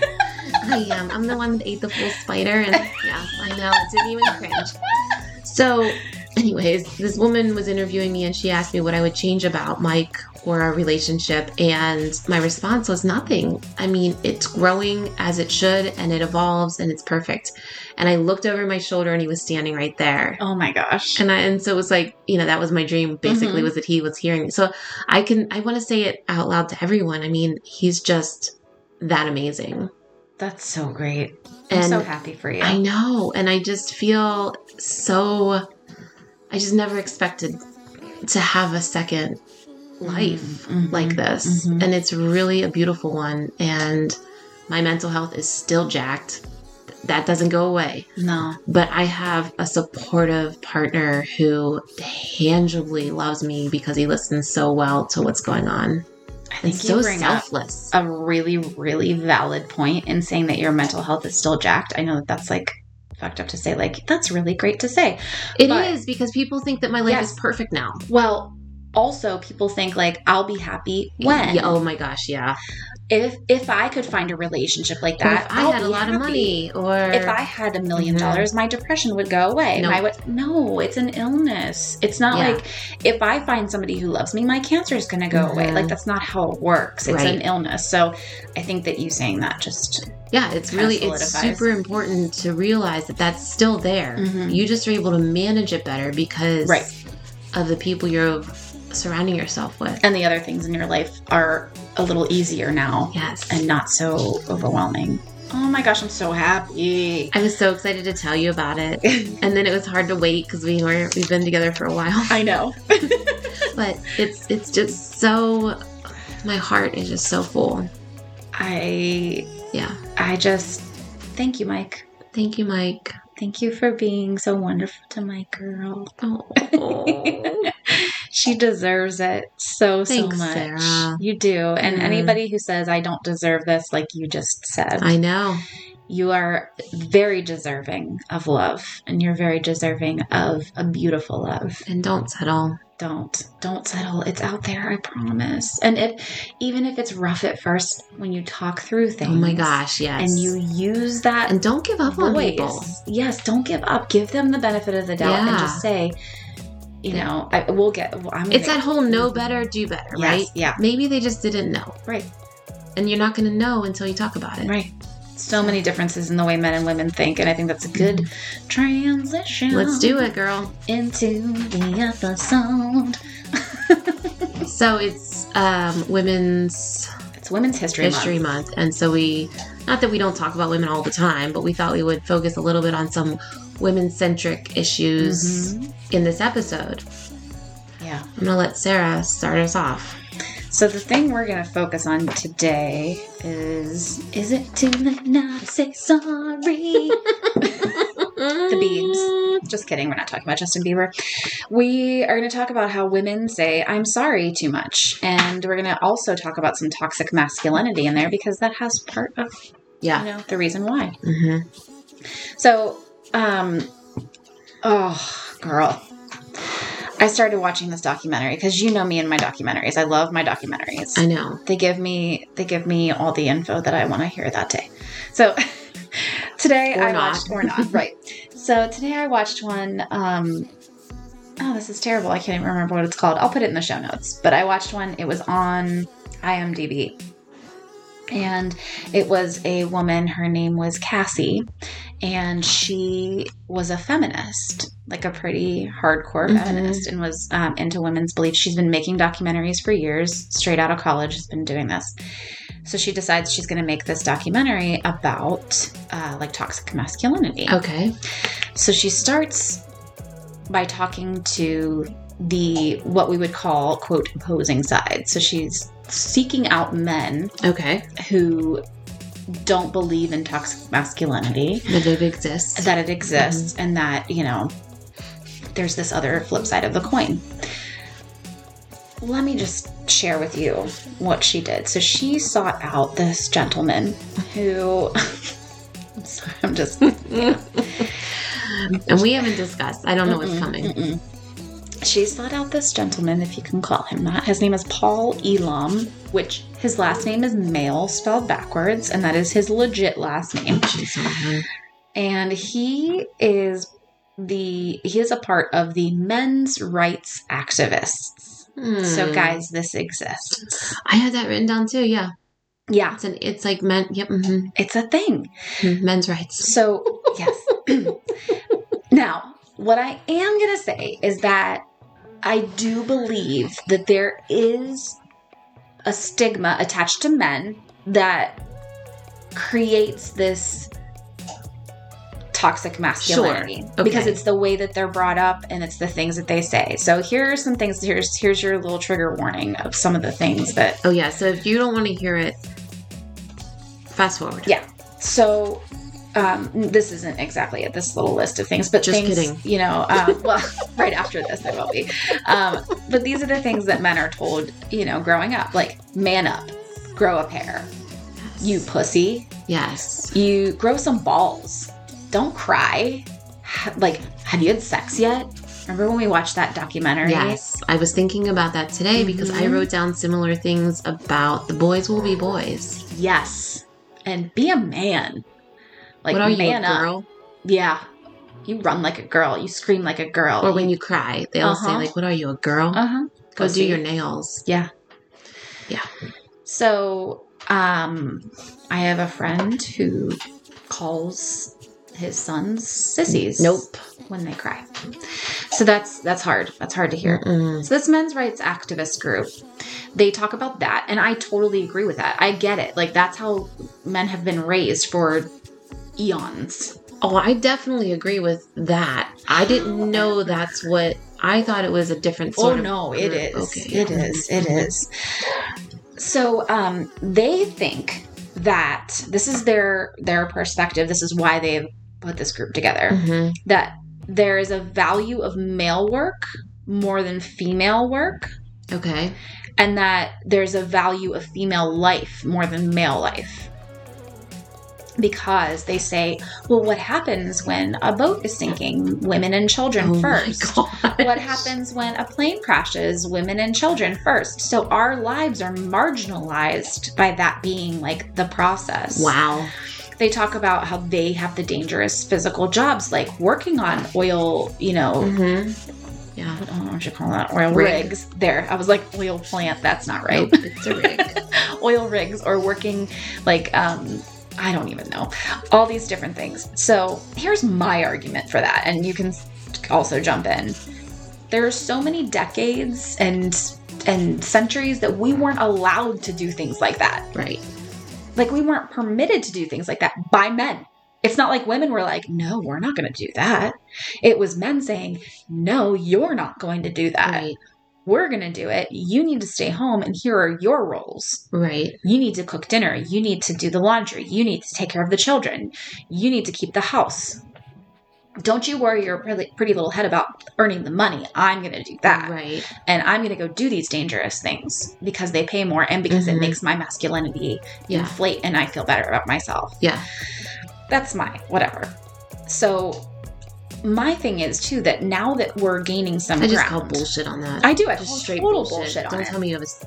Speaker 2: I am. I'm the one that ate the full spider, and yeah, I know. It didn't even cringe. So, anyways, this woman was interviewing me, and she asked me what I would change about Mike or our relationship, and my response was nothing. I mean, it's growing as it should, and it evolves, and it's perfect. And I looked over my shoulder, and he was standing right there.
Speaker 1: Oh my gosh.
Speaker 2: And I, and so it was like, you know, that was my dream basically
Speaker 1: Mhm.
Speaker 2: was that he was hearing me. So I can, I want to say it out loud to everyone. I mean, he's just that amazing.
Speaker 1: That's so great. I'm
Speaker 2: And
Speaker 1: so happy for you.
Speaker 2: I know. And I just feel so, I just never expected to have a second life
Speaker 1: Mhm,
Speaker 2: like
Speaker 1: mhm,
Speaker 2: this.
Speaker 1: mhm.
Speaker 2: And it's really a beautiful one. And my mental health is still jacked. That doesn't go away
Speaker 1: No.
Speaker 2: but I have a supportive partner who tangibly loves me because he listens so well to what's going on.
Speaker 1: I think
Speaker 2: And
Speaker 1: you
Speaker 2: so
Speaker 1: bring up
Speaker 2: selfless.
Speaker 1: a really, really valid point in saying that your mental health is still jacked. I know that that's like fucked up to say, like, that's really great to say.
Speaker 2: It is
Speaker 1: but-
Speaker 2: because people think that my life
Speaker 1: Yes.
Speaker 2: is perfect now.
Speaker 1: Well, also people think like I'll be happy when
Speaker 2: Yeah, oh my gosh, yeah.
Speaker 1: if if I could find a relationship like
Speaker 2: Or
Speaker 1: that.
Speaker 2: if I
Speaker 1: I'll
Speaker 2: had a
Speaker 1: be
Speaker 2: lot of
Speaker 1: happy.
Speaker 2: money or
Speaker 1: If I had a 1000000
Speaker 2: Mhm.
Speaker 1: dollars, my depression would go away.
Speaker 2: No.
Speaker 1: My would, no, it's an illness. It's not
Speaker 2: Yeah.
Speaker 1: like if I find somebody who loves me, my cancer is going to go away.
Speaker 2: Mhm.
Speaker 1: Like that's not how it works. It's an
Speaker 2: Right.
Speaker 1: illness. So I think that you saying that just
Speaker 2: Yeah, it's
Speaker 1: Kinda
Speaker 2: really it's
Speaker 1: solidifies.
Speaker 2: super important to realize that that's still there.
Speaker 1: Mhm.
Speaker 2: You just are able to manage it better because
Speaker 1: Right.
Speaker 2: of the people you're surrounding yourself with.
Speaker 1: and the other things in your life are a little easier now
Speaker 2: Yes.
Speaker 1: and not so overwhelming. Oh my gosh, I'm so happy.
Speaker 2: I was so excited to tell you about it. And then it was hard to wait because we were we've been together for a while.
Speaker 1: I know.
Speaker 2: But it's it's just so my heart is just so full.
Speaker 1: I
Speaker 2: Yeah.
Speaker 1: I just thank you, Mike.
Speaker 2: Thank you, Mike.
Speaker 1: Thank you for being so wonderful to my girl.
Speaker 2: Oh,
Speaker 1: She deserves it so
Speaker 2: Thanks,
Speaker 1: so much.
Speaker 2: Sarah.
Speaker 1: You do. And
Speaker 2: Mhm.
Speaker 1: anybody who says I don't deserve this, like you just said,
Speaker 2: I know.
Speaker 1: you are very deserving of love, and you're very deserving of a beautiful love.
Speaker 2: And don't settle.
Speaker 1: don't don't settle it's out there i promise and if even if it's rough at first when you talk through things
Speaker 2: Oh my gosh, yes.
Speaker 1: and you use that
Speaker 2: and don't give up on people.
Speaker 1: voice yes don't give up give them the benefit of the doubt and
Speaker 2: Yeah.
Speaker 1: just say you
Speaker 2: Yeah.
Speaker 1: know I, we'll get well, i'm
Speaker 2: It's
Speaker 1: gonna-
Speaker 2: that whole know better, do better,
Speaker 1: Yes,
Speaker 2: right?
Speaker 1: yeah
Speaker 2: Maybe they just didn't know.
Speaker 1: Right.
Speaker 2: And you're not going to know until you talk about it.
Speaker 1: right so many differences in the way men and women think and i think that's a good transition
Speaker 2: Let's do it, girl.
Speaker 1: into the episode
Speaker 2: So it's um, Women's
Speaker 1: it's women's history,
Speaker 2: History
Speaker 1: month
Speaker 2: Month. And so we, not that we don't talk about women all the time, but we thought we would focus a little bit on some women centric issues
Speaker 1: Mhm.
Speaker 2: in this episode.
Speaker 1: yeah
Speaker 2: I'm going to let Sarah start us off.
Speaker 1: So the thing we're gonna focus on today is is it too late now to say sorry? the Biebs. Just kidding. We're not talking about Justin Bieber. We are going to talk about how women say "I'm sorry" too much, and we're going to also talk about some toxic masculinity in there because that has part of you
Speaker 2: Yeah.
Speaker 1: know the reason why.
Speaker 2: hmm
Speaker 1: So, um, oh, girl. I started watching this documentary because you know me and my documentaries. I love my documentaries.
Speaker 2: I know.
Speaker 1: they give me they give me all the info that I want to hear that day. So today
Speaker 2: Or
Speaker 1: I
Speaker 2: not.
Speaker 1: watched or not right. So today I watched one. Um, oh, this is terrible. I can't even remember what it's called. I'll put it in the show notes. But I watched one. It was on IMDb, and it was a woman. Her name was Cassie, and she was a feminist, like a pretty hardcore
Speaker 2: Mhm.
Speaker 1: feminist, and was um, into women's beliefs. She's been making documentaries for years. Straight out of college, has been doing this. So she decides she's going to make this documentary about uh, like toxic masculinity.
Speaker 2: Okay.
Speaker 1: So she starts by talking to the what we would call quote opposing side. So she's seeking out men
Speaker 2: Okay.
Speaker 1: who don't believe in toxic masculinity,
Speaker 2: That it exists.
Speaker 1: that it exists, and that you know there's this other flip side of the coin. Let me just share with you what she did. So she sought out this gentleman who. I'm sorry, I'm just
Speaker 2: and we haven't discussed. I don't know what's
Speaker 1: Mm-mm,
Speaker 2: coming.
Speaker 1: mm-mm. She sought out this gentleman, if you can call him that. His name is Paul Elam, which his last name is Male, spelled backwards, and that is his legit last name.
Speaker 2: Jeez, oh, man.
Speaker 1: And he is the he is a part of the men's rights activists. Mm. So
Speaker 2: Hmm.
Speaker 1: guys, this exists.
Speaker 2: I had that written down too. Yeah,
Speaker 1: Yeah,
Speaker 2: it's an it's like men. Yep, mhm,
Speaker 1: it's a thing.
Speaker 2: mhm, men's rights.
Speaker 1: So, yes. now, what I am going to say is that I do believe that there is a stigma attached to men that creates this toxic masculinity
Speaker 2: Sure. Okay.
Speaker 1: because it's the way that they're brought up and it's the things that they say. So here are some things here's here's your little trigger warning of some of the things that
Speaker 2: Oh yeah. So if you don't want to hear it, fast forward.
Speaker 1: Yeah. So, um, this isn't exactly at this little list of things, but
Speaker 2: Just
Speaker 1: things,
Speaker 2: kidding.
Speaker 1: you know, um, well, right after this, I will be. Um, but these are the things that men are told, you know, growing up like, man up, grow a pair, you pussy,
Speaker 2: Yes.
Speaker 1: you grow some balls, don't cry. Ha- Like, have you had sex yet? Remember when we watched that documentary?
Speaker 2: Yes. I was thinking about that today because I
Speaker 1: Mhm.
Speaker 2: wrote down similar things about the boys will be boys.
Speaker 1: Yes. And be a man. Like,
Speaker 2: what are you,
Speaker 1: man
Speaker 2: a
Speaker 1: up.
Speaker 2: girl?
Speaker 1: Yeah. You run like a girl. You scream like a girl.
Speaker 2: Or when you cry, they all say
Speaker 1: Uh-huh.
Speaker 2: like, "What are you, a girl?"
Speaker 1: Uh huh.
Speaker 2: Go do your nails.
Speaker 1: Yeah.
Speaker 2: Yeah.
Speaker 1: So, um, I have a friend who calls his sons sissies.
Speaker 2: Nope.
Speaker 1: When they cry. So that's that's hard. That's hard to hear.
Speaker 2: Mm.
Speaker 1: So this men's rights activist group, they talk about that, and I totally agree with that. I get it. Like that's how men have been raised for eons.
Speaker 2: Oh, I definitely agree with that. I didn't know that's what I thought it was a different sort
Speaker 1: oh
Speaker 2: of.
Speaker 1: no, it
Speaker 2: group.
Speaker 1: is.
Speaker 2: Okay.
Speaker 1: It is. It is. So um, they think that this is their their perspective. This is why they've put this group together.
Speaker 2: Mhm.
Speaker 1: That there is a value of male work more than female work,
Speaker 2: Okay.
Speaker 1: and that there's a value of female life more than male life. Because they say, well, what happens when a boat is sinking? Women and children
Speaker 2: Oh my
Speaker 1: first
Speaker 2: gosh.
Speaker 1: what happens when a plane crashes women and children first so our lives are marginalized by that being like the process
Speaker 2: Wow.
Speaker 1: they talk about how they have the dangerous physical jobs like working on oil you know
Speaker 2: hmm Yeah.
Speaker 1: I don't know what you call that oil
Speaker 2: Rig.
Speaker 1: rigs there i was like oil plant that's not right
Speaker 2: Nope, it's a rig.
Speaker 1: oil rigs or working like um I don't even know. All these different things. So, here's my argument for that and you can also jump in. There are so many decades and and centuries that we weren't allowed to do things like that.
Speaker 2: right.
Speaker 1: Like we weren't permitted to do things like that by men. It's not like women were like, "No, we're not going to do that." It was men saying, "No, you're not going to do that.
Speaker 2: Right.
Speaker 1: We're going to do it. You need to stay home and here are your roles."
Speaker 2: Right.
Speaker 1: You need to cook dinner. You need to do the laundry. You need to take care of the children. You need to keep the house. don't you worry your pretty, pretty little head about earning the money. I'm going to do that.
Speaker 2: Right.
Speaker 1: And I'm going to go do these dangerous things because they pay more and because
Speaker 2: Mhm.
Speaker 1: it makes my masculinity
Speaker 2: Yeah.
Speaker 1: inflate and I feel better about myself.
Speaker 2: Yeah.
Speaker 1: That's my whatever. So my thing is too that now that we're gaining some
Speaker 2: I just
Speaker 1: ground,
Speaker 2: call bullshit on that.
Speaker 1: I do. I
Speaker 2: just
Speaker 1: call
Speaker 2: straight
Speaker 1: total
Speaker 2: bullshit.
Speaker 1: bullshit, on
Speaker 2: Don't
Speaker 1: it.
Speaker 2: tell me you have a s-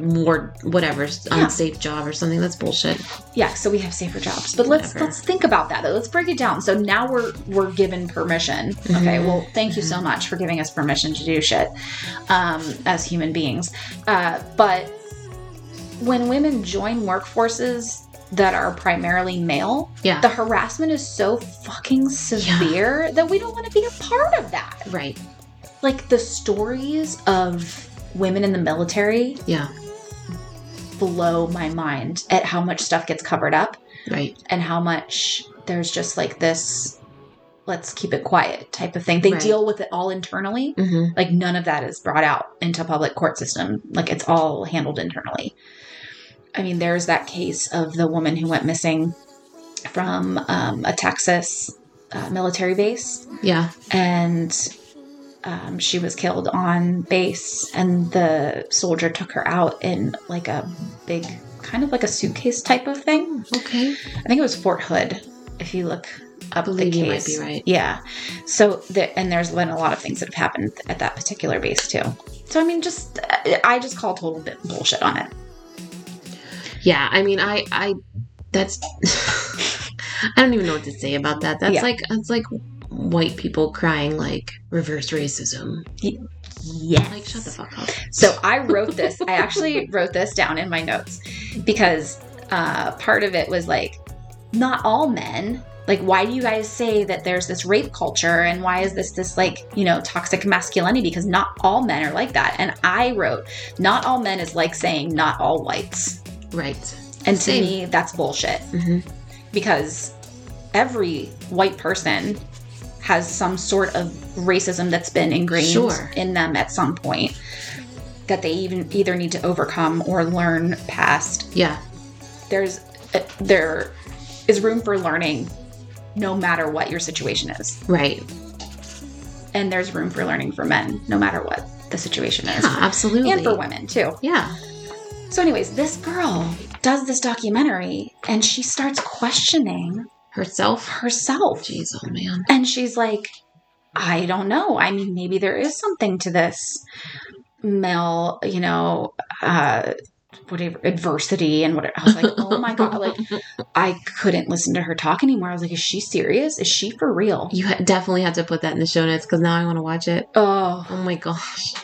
Speaker 2: more whatever s-
Speaker 1: Yeah.
Speaker 2: unsafe job or something. That's bullshit.
Speaker 1: yeah so we have safer jobs but let's
Speaker 2: Whatever.
Speaker 1: let's think about that though. let's break it down so now we're we're given permission okay
Speaker 2: Mhm.
Speaker 1: well thank you so much for giving us permission to do shit um, as human beings uh, but when women join workforces that are primarily male
Speaker 2: Yeah.
Speaker 1: the harassment is so fucking severe that we don't want to be a part of that
Speaker 2: right.
Speaker 1: like the stories of women in the military
Speaker 2: Yeah.
Speaker 1: blow my mind at how much stuff gets covered up
Speaker 2: Right.
Speaker 1: and how much there's just like this let's keep it quiet type of thing. They
Speaker 2: Right.
Speaker 1: deal with it all internally.
Speaker 2: hmm
Speaker 1: Like none of that is brought out into public court system. Like it's all handled internally. I mean, there's that case of the woman who went missing from um, a Texas uh, military base,
Speaker 2: Yeah.
Speaker 1: and um, she was killed on base, and the soldier took her out in like a big, kind of like a suitcase type of thing.
Speaker 2: Okay.
Speaker 1: I think it was Fort Hood. If you look up
Speaker 2: believe
Speaker 1: the
Speaker 2: you
Speaker 1: case,
Speaker 2: might be right.
Speaker 1: Yeah. So the, and there's been a lot of things that have happened at that particular base too. So I mean, just I- I just call total bit bullshit on it.
Speaker 2: Yeah. I mean, I, I, that's, I don't even know what to say about that. That's
Speaker 1: Yeah.
Speaker 2: like, that's like white people crying like reverse racism.
Speaker 1: Yes.
Speaker 2: Like, shut the fuck up.
Speaker 1: So I wrote this. I actually wrote this down in my notes because uh, part of it was like, not all men. Like, why do you guys say that there's this rape culture and why is this this like you know toxic masculinity? Because not all men are like that. And I wrote, not all men is like saying not all whites.
Speaker 2: Right.
Speaker 1: And to
Speaker 2: Same.
Speaker 1: me, that's bullshit
Speaker 2: hmm
Speaker 1: because every white person has some sort of racism that's been ingrained
Speaker 2: Sure.
Speaker 1: in them at some point that they even either need to overcome or learn past.
Speaker 2: Yeah.
Speaker 1: There's uh, there is room for learning no matter what your situation is.
Speaker 2: Right.
Speaker 1: And there's room for learning for men no matter what the situation is.
Speaker 2: Yeah, absolutely.
Speaker 1: And for women too.
Speaker 2: Yeah.
Speaker 1: So, anyways, this girl does this documentary and she starts questioning
Speaker 2: Herself.
Speaker 1: herself.
Speaker 2: Jeez, oh man.
Speaker 1: And she's like, I don't know. I mean, maybe there is something to this male, you know, uh, whatever adversity and whatever. I was like, oh my God. Like, I couldn't listen to her talk anymore. I was like, is she serious? Is she for real?
Speaker 2: You ha- definitely have to put that in the show notes because now I want to watch it.
Speaker 1: Oh,
Speaker 2: Oh my gosh.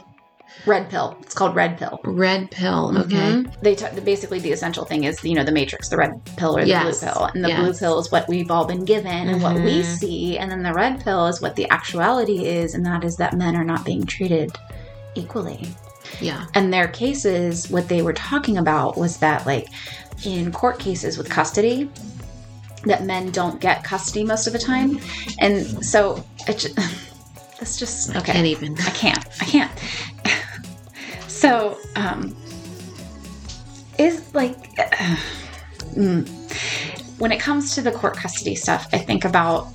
Speaker 1: red pill. It's called red pill.
Speaker 2: Red pill. Okay.
Speaker 1: Mhm. They t- basically the essential thing is you know the matrix, the red pill or the
Speaker 2: Yes.
Speaker 1: blue pill, and the blue
Speaker 2: Yes.
Speaker 1: pill is what we've all been given and what we
Speaker 2: Mhm.
Speaker 1: see, and then the red pill is what the actuality is, and that is that men are not being treated equally.
Speaker 2: Yeah.
Speaker 1: And their cases, what they were talking about was that like in court cases with custody, that men don't get custody most of the time, and so it just, it's just okay.
Speaker 2: Can't even.
Speaker 1: I can't. I can't. so, um, is like, mm. when it comes to the court custody stuff, I think about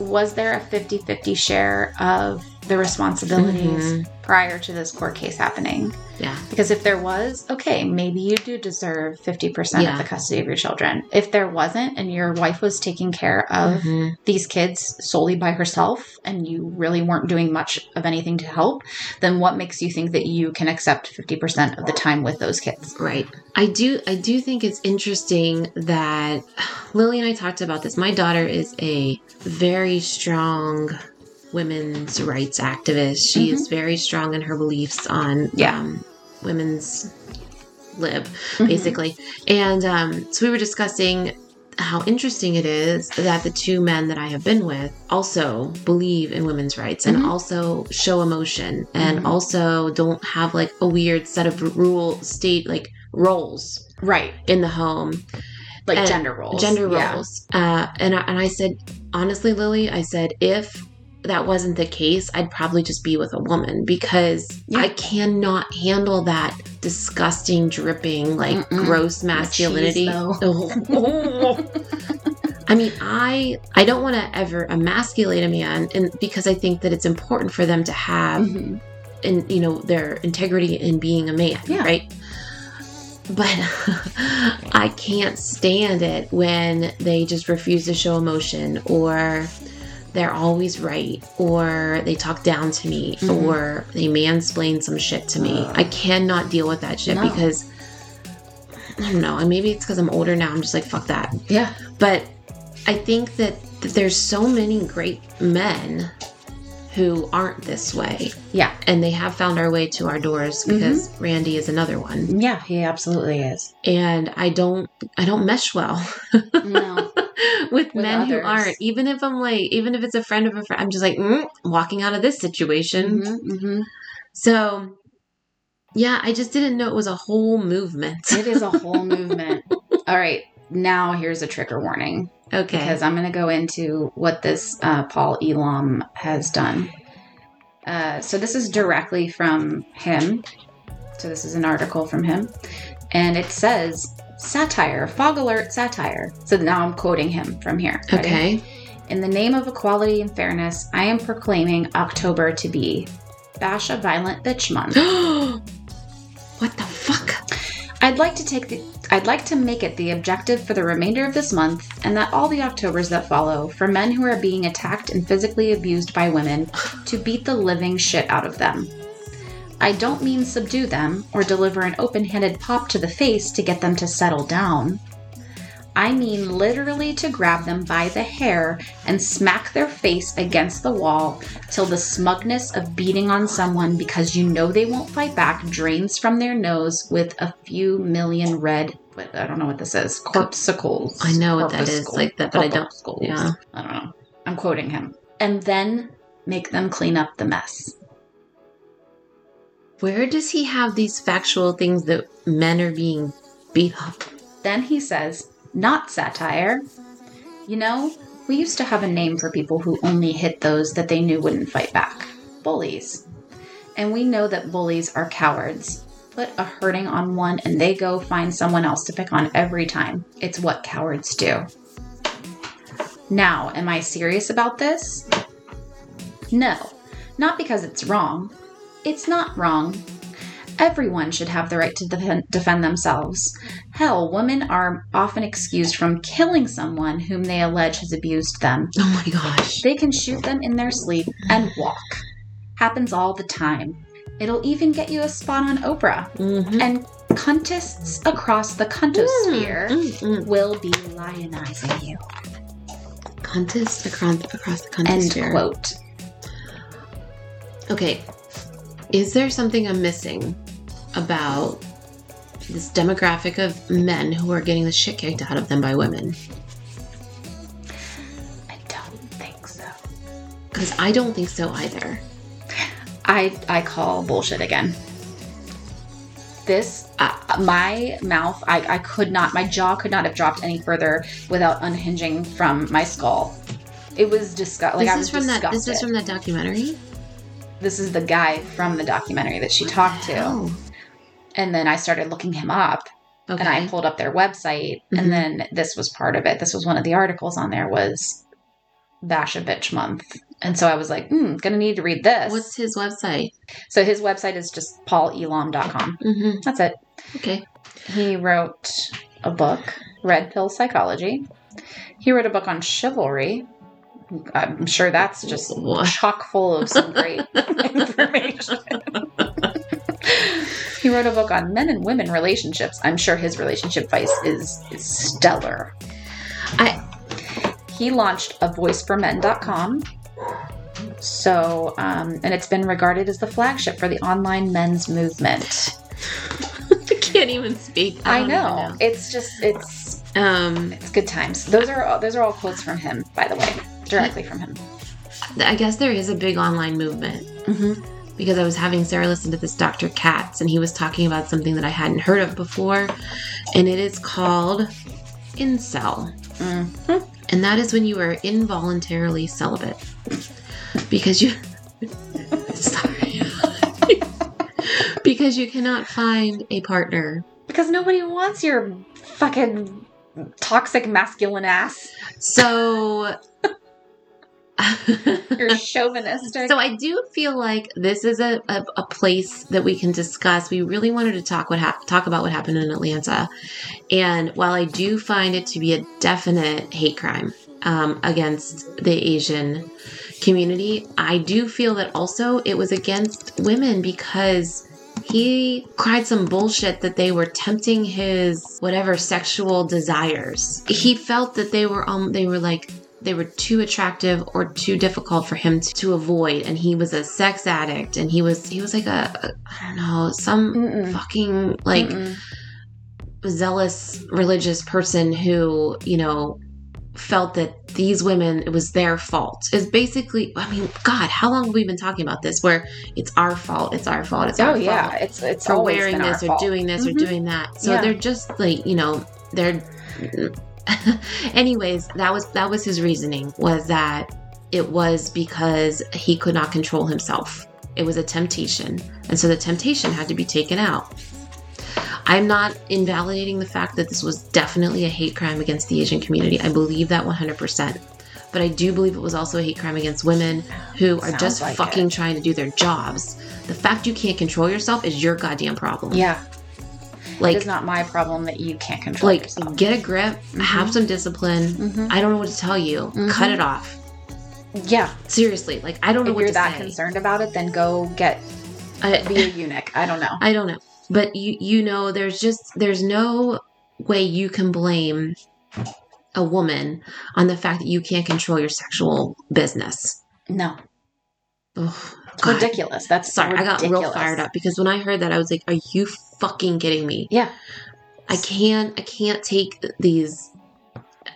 Speaker 1: was there a 50 50 share of the responsibilities
Speaker 2: Mhm.
Speaker 1: prior to this court case happening?
Speaker 2: Yeah.
Speaker 1: Because if there was, okay, maybe you do deserve 50%
Speaker 2: Yeah.
Speaker 1: of the custody of your children. If there wasn't and your wife was taking care of
Speaker 2: Mhm.
Speaker 1: these kids solely by herself and you really weren't doing much of anything to help, then what makes you think that you can accept 50% of the time with those kids?
Speaker 2: Right. I do I do think it's interesting that Lily and I talked about this. My daughter is a very strong women's rights activist. She is very strong in her beliefs on
Speaker 1: Mm-hmm. Yeah.
Speaker 2: um, women's lib
Speaker 1: Mm-hmm.
Speaker 2: basically. And um, so we were discussing how interesting it is that the two men that I have been with also believe in women's rights and
Speaker 1: Mhm.
Speaker 2: also show emotion and
Speaker 1: Mhm.
Speaker 2: also don't have like a weird set of rule state like roles
Speaker 1: Mhm. Right.
Speaker 2: in the home
Speaker 1: Like
Speaker 2: And
Speaker 1: gender roles.
Speaker 2: gender
Speaker 1: Yeah.
Speaker 2: roles uh, and, I, and i said honestly lily i said if that wasn't the case i'd probably just be with a woman because
Speaker 1: Yeah.
Speaker 2: i cannot handle that disgusting dripping like
Speaker 1: Mm-mm.
Speaker 2: gross masculinity
Speaker 1: Machismo.
Speaker 2: Oh. I mean, I I don't want to ever emasculate a man, and because I think that it's important for them to have,
Speaker 1: Mhm.
Speaker 2: and you know, their integrity in being a man,
Speaker 1: Yeah.
Speaker 2: right? But I can't stand it when they just refuse to show emotion, or they're always right, or they talk down to me,
Speaker 1: Mhm.
Speaker 2: or they mansplain some shit to me.
Speaker 1: Ugh.
Speaker 2: I cannot deal with that shit
Speaker 1: No.
Speaker 2: because I don't know. And maybe it's because I'm older now. I'm just like fuck that
Speaker 1: Yeah.
Speaker 2: but I think that, that there's so many great men who aren't this way.
Speaker 1: Yeah. Mm-hmm.
Speaker 2: And they have found our way to our doors because Randy is another one.
Speaker 1: Yeah, he absolutely is.
Speaker 2: And I don't I don't mesh well
Speaker 1: No.
Speaker 2: with, men who
Speaker 1: others.
Speaker 2: aren't. Even if I'm like even if it's a friend of a friend, I'm just like mm, walking out of this situation.
Speaker 1: Mhm, mhm.
Speaker 2: Mm-hmm. So yeah, I just didn't know it was a whole movement.
Speaker 1: It is a whole movement. All right. Now here's a trigger warning
Speaker 2: okay.
Speaker 1: because I'm going to go into what this uh, Paul Elam has done. Uh, so this is directly from him. So this is an article from him, and it says satire, fog alert, satire. So now I'm quoting him from here. Ready?
Speaker 2: Okay.
Speaker 1: In the name of equality and fairness, I am proclaiming October to be Bash a Violent Bitch Month.
Speaker 2: what the fuck?
Speaker 1: I'd like to take the I'd like to make it the objective for the remainder of this month and that all the Octobers that follow for men who are being attacked and physically abused by women to beat the living shit out of them. I don't mean subdue them or deliver an open-handed pop to the face to get them to settle down. I mean literally to grab them by the hair and smack their face against the wall till the smugness of beating on someone because you know they won't fight back drains from their nose with a few million red. what- I don't know what this is. Corpuscles.
Speaker 2: I know what that is,
Speaker 1: Corpuscle-
Speaker 2: like that, but I don't-
Speaker 1: corpuscles.
Speaker 2: yeah.
Speaker 1: I don't know. I'm quoting him. And then make them clean up the mess.
Speaker 2: Where does he have these factual things that men are being beat up?
Speaker 1: Then he says, not satire. You know, we used to have a name for people who only hit those that they knew wouldn't fight back bullies. And we know that bullies are cowards. Put a hurting on one and they go find someone else to pick on every time. It's what cowards do. Now, am I serious about this? No, not because it's wrong. It's not wrong. Everyone should have the right to defend, defend themselves. Hell, women are often excused from killing someone whom they allege has abused them.
Speaker 2: Oh my gosh.
Speaker 1: They can shoot them in their sleep and walk. Happens all the time. It'll even get you a spot on Oprah.
Speaker 2: Mm-hmm.
Speaker 1: And cuntists across the
Speaker 2: mm,
Speaker 1: cuntosphere will be lionizing you.
Speaker 2: mm. Contest across, across the
Speaker 1: End
Speaker 2: contest. sphere.
Speaker 1: quote.
Speaker 2: Okay. Is there something I'm missing about this demographic of men who are getting the shit kicked out of them by women?
Speaker 1: I don't think so.
Speaker 2: Because I don't think so either.
Speaker 1: I I call bullshit again. This uh, my mouth I, I could not my jaw could not have dropped any further without unhinging from my skull. It was disgust. Like
Speaker 2: this
Speaker 1: I was
Speaker 2: is from that. This
Speaker 1: disgusted.
Speaker 2: is from that documentary.
Speaker 1: This is the guy from the documentary that she talked to,
Speaker 2: Oh,
Speaker 1: and then I started looking him up,
Speaker 2: okay.
Speaker 1: and I pulled up their website,
Speaker 2: Mhm.
Speaker 1: and then this was part of it. This was one of the articles on there was Bash a Bitch Month, and so I was like, hmm, gonna need to read this.
Speaker 2: What's his website?
Speaker 1: so his website is just paulelam.com.
Speaker 2: Mm-hmm.
Speaker 1: That's it.
Speaker 2: Okay.
Speaker 1: He wrote a book, Red Pill Psychology. He wrote a book on chivalry. I'm sure that's just
Speaker 2: What?
Speaker 1: chock full of some great information. he wrote a book on men and women relationships. I'm sure his relationship advice is, is stellar.
Speaker 2: I-
Speaker 1: he launched a voiceformen.com. So, um, and it's been regarded as the flagship for the online men's movement.
Speaker 2: I can't even speak.
Speaker 1: I,
Speaker 2: don't
Speaker 1: know.
Speaker 2: even
Speaker 1: It's just it's
Speaker 2: know. Um.
Speaker 1: it's good times. Those are all, those are all quotes from him, by the way, directly from him.
Speaker 2: I guess there is a big online movement
Speaker 1: Mm-hmm.
Speaker 2: because I was having Sarah listen to this Dr. Katz and he was talking about something that I hadn't heard of before, and it is called incel. And that is when you are involuntarily celibate because you. Sorry. because you cannot find a partner.
Speaker 1: Because nobody wants your fucking toxic masculine ass.
Speaker 2: So.
Speaker 1: You're chauvinistic.
Speaker 2: So I do feel like this is a, a, a place that we can discuss. We really wanted to talk what hap- talk about what happened in Atlanta, and while I do find it to be a definite hate crime um, against the Asian community, I do feel that also it was against women because he cried some bullshit that they were tempting his whatever sexual desires. He felt that they were um they were like they were too attractive or too difficult for him to, to avoid and he was a sex addict and he was he was like a, a i don't know some
Speaker 1: Mm-mm.
Speaker 2: fucking like
Speaker 1: Mm-mm.
Speaker 2: zealous religious person who you know felt that these women it was their fault is basically i mean god how long have we been talking about this where it's our fault it's our fault it's
Speaker 1: oh
Speaker 2: our fault
Speaker 1: yeah, it's it's
Speaker 2: for
Speaker 1: always
Speaker 2: wearing
Speaker 1: been our
Speaker 2: this or
Speaker 1: fault.
Speaker 2: doing this
Speaker 1: Mhm.
Speaker 2: or doing that. So
Speaker 1: Yeah.
Speaker 2: they're just like, you know, they're anyways, that was that was his reasoning was that it was because he could not control himself. It was a temptation. And so the temptation had to be taken out. I'm not invalidating the fact that this was definitely a hate crime against the Asian community. I believe that 100%. But I do believe it was also a hate crime against women who are
Speaker 1: Sounds
Speaker 2: just
Speaker 1: like
Speaker 2: fucking trying to do their jobs. The fact you can't control yourself is your goddamn problem.
Speaker 1: Yeah, it
Speaker 2: like,
Speaker 1: is not my problem that you can't control
Speaker 2: like
Speaker 1: yourself.
Speaker 2: get a grip,
Speaker 1: Mm-hmm.
Speaker 2: have some discipline.
Speaker 1: Mhm.
Speaker 2: I don't know what to tell you.
Speaker 1: Mhm.
Speaker 2: Cut it off.
Speaker 1: Yeah,
Speaker 2: Seriously, like I don't know
Speaker 1: if
Speaker 2: what
Speaker 1: you're
Speaker 2: to
Speaker 1: that
Speaker 2: say.
Speaker 1: concerned about it, then go get be a
Speaker 2: I,
Speaker 1: eunuch. I don't know.
Speaker 2: I don't know, but you you know, there's just there's no way you can blame a woman on the fact that you can't control your sexual business.
Speaker 1: No,
Speaker 2: Ugh,
Speaker 1: it's
Speaker 2: God.
Speaker 1: ridiculous. That's
Speaker 2: Sorry,
Speaker 1: ridiculous.
Speaker 2: I got real fired up because when I heard that, I was like, "Are you fucking kidding me?"
Speaker 1: Yeah.
Speaker 2: I can't. I can't take these.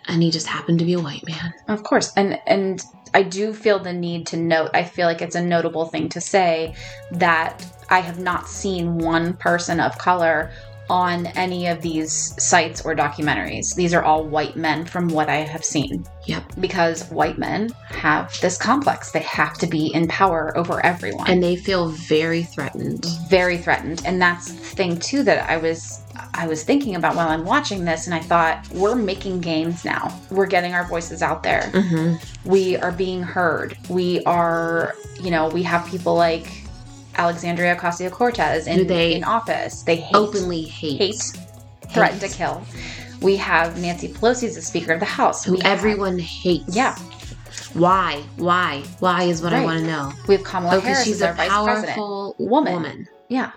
Speaker 2: And he just happened to be a white man.
Speaker 1: Of course. And and I do feel the need to note I feel like it's a notable thing to say that I have not seen one person of color on any of these sites or documentaries. These are all white men from what I have seen.
Speaker 2: Yep.
Speaker 1: Because white men have this complex. They have to be in power over everyone.
Speaker 2: And they feel very threatened.
Speaker 1: very threatened and that's the thing too that i was i was thinking about while i'm watching this and i thought we're making gains now we're getting our voices out there
Speaker 2: hmm
Speaker 1: we are being heard we are you know we have people like alexandria ocasio-cortez
Speaker 2: Who
Speaker 1: in,
Speaker 2: they
Speaker 1: in office they hate
Speaker 2: Openly hate,
Speaker 1: hate threaten to kill we have nancy pelosi as the speaker of the house
Speaker 2: who
Speaker 1: we have-
Speaker 2: everyone hates.
Speaker 1: Yeah.
Speaker 2: Why? Why? Why is what I
Speaker 1: Right.
Speaker 2: want to know.
Speaker 1: we have kamala
Speaker 2: Because
Speaker 1: harris as
Speaker 2: she's a
Speaker 1: our vice president
Speaker 2: powerful
Speaker 1: Woman.
Speaker 2: woman.
Speaker 1: Yeah.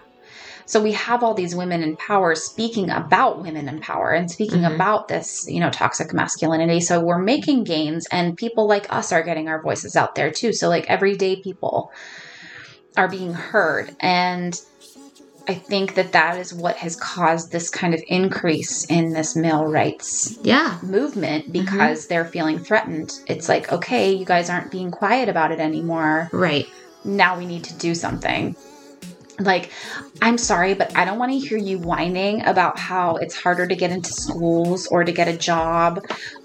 Speaker 1: So we have all these women in power speaking about women in power and speaking
Speaker 2: Mhm.
Speaker 1: about this, you know, toxic masculinity. So we're making gains and people like us are getting our voices out there too. So like everyday people are being heard and I think that that is what has caused this kind of increase in this male rights
Speaker 2: Yeah.
Speaker 1: movement because they're feeling threatened. It's like, okay, you guys aren't being quiet about it anymore
Speaker 2: Right.
Speaker 1: now we need to do something. Like, I'm sorry, but I don't want to hear you whining about how it's harder to get into schools or to get a job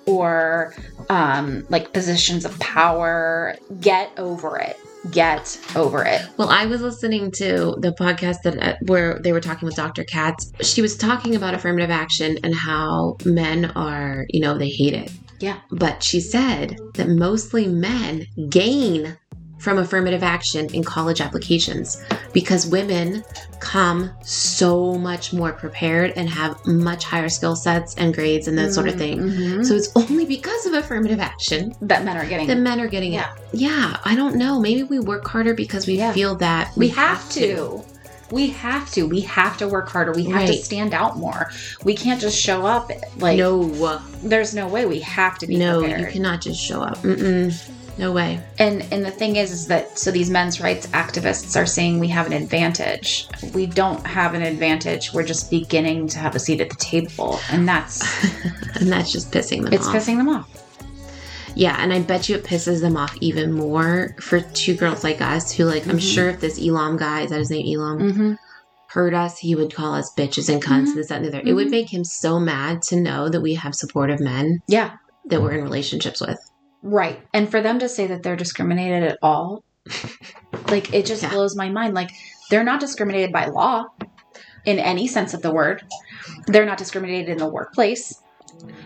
Speaker 1: or um, like positions of power. Get over it. Get over it.
Speaker 2: Well, I was listening to the podcast that uh, where they were talking with Dr. Katz. She was talking about affirmative action and how men are, you know, they hate it.
Speaker 1: Yeah.
Speaker 2: But she said that mostly men gain from affirmative action in college applications because women come so much more prepared and have much higher skill sets and grades and that sort of thing.
Speaker 1: Mhm.
Speaker 2: So it's only because of affirmative action
Speaker 1: That men are getting.
Speaker 2: the men are getting it. Yeah, I don't know. Maybe we work harder because we
Speaker 1: Yeah.
Speaker 2: feel that
Speaker 1: we have to. We have to. We have to work harder. We have to
Speaker 2: Right.
Speaker 1: stand out more. We can't just show up. Like,
Speaker 2: no,
Speaker 1: there's no way. We have to be
Speaker 2: no,
Speaker 1: prepared.
Speaker 2: you cannot just show up. Mm-mm. No way.
Speaker 1: And and the thing is, is that so these men's rights activists are saying we have an advantage. We don't have an advantage. We're just beginning to have a seat at the table, and that's
Speaker 2: And that's just pissing them
Speaker 1: it's
Speaker 2: off.
Speaker 1: pissing them off.
Speaker 2: yeah, and I bet you it pisses them off even more for two girls like us who, like, I'm
Speaker 1: Mhm.
Speaker 2: sure if this Elam guy, is that his name, Elam,
Speaker 1: Mm-hmm.
Speaker 2: heard us, he would call us bitches and cunts,
Speaker 1: Mhm.
Speaker 2: this, that, and the other. It would
Speaker 1: Mhm.
Speaker 2: make him so mad to know that we have supportive men
Speaker 1: Yeah,
Speaker 2: that we're in relationships with.
Speaker 1: right. And for them to say that they're discriminated at all, like it just
Speaker 2: Yeah.
Speaker 1: blows my mind. Like they're not discriminated by law in any sense of the word. They're not discriminated in the workplace.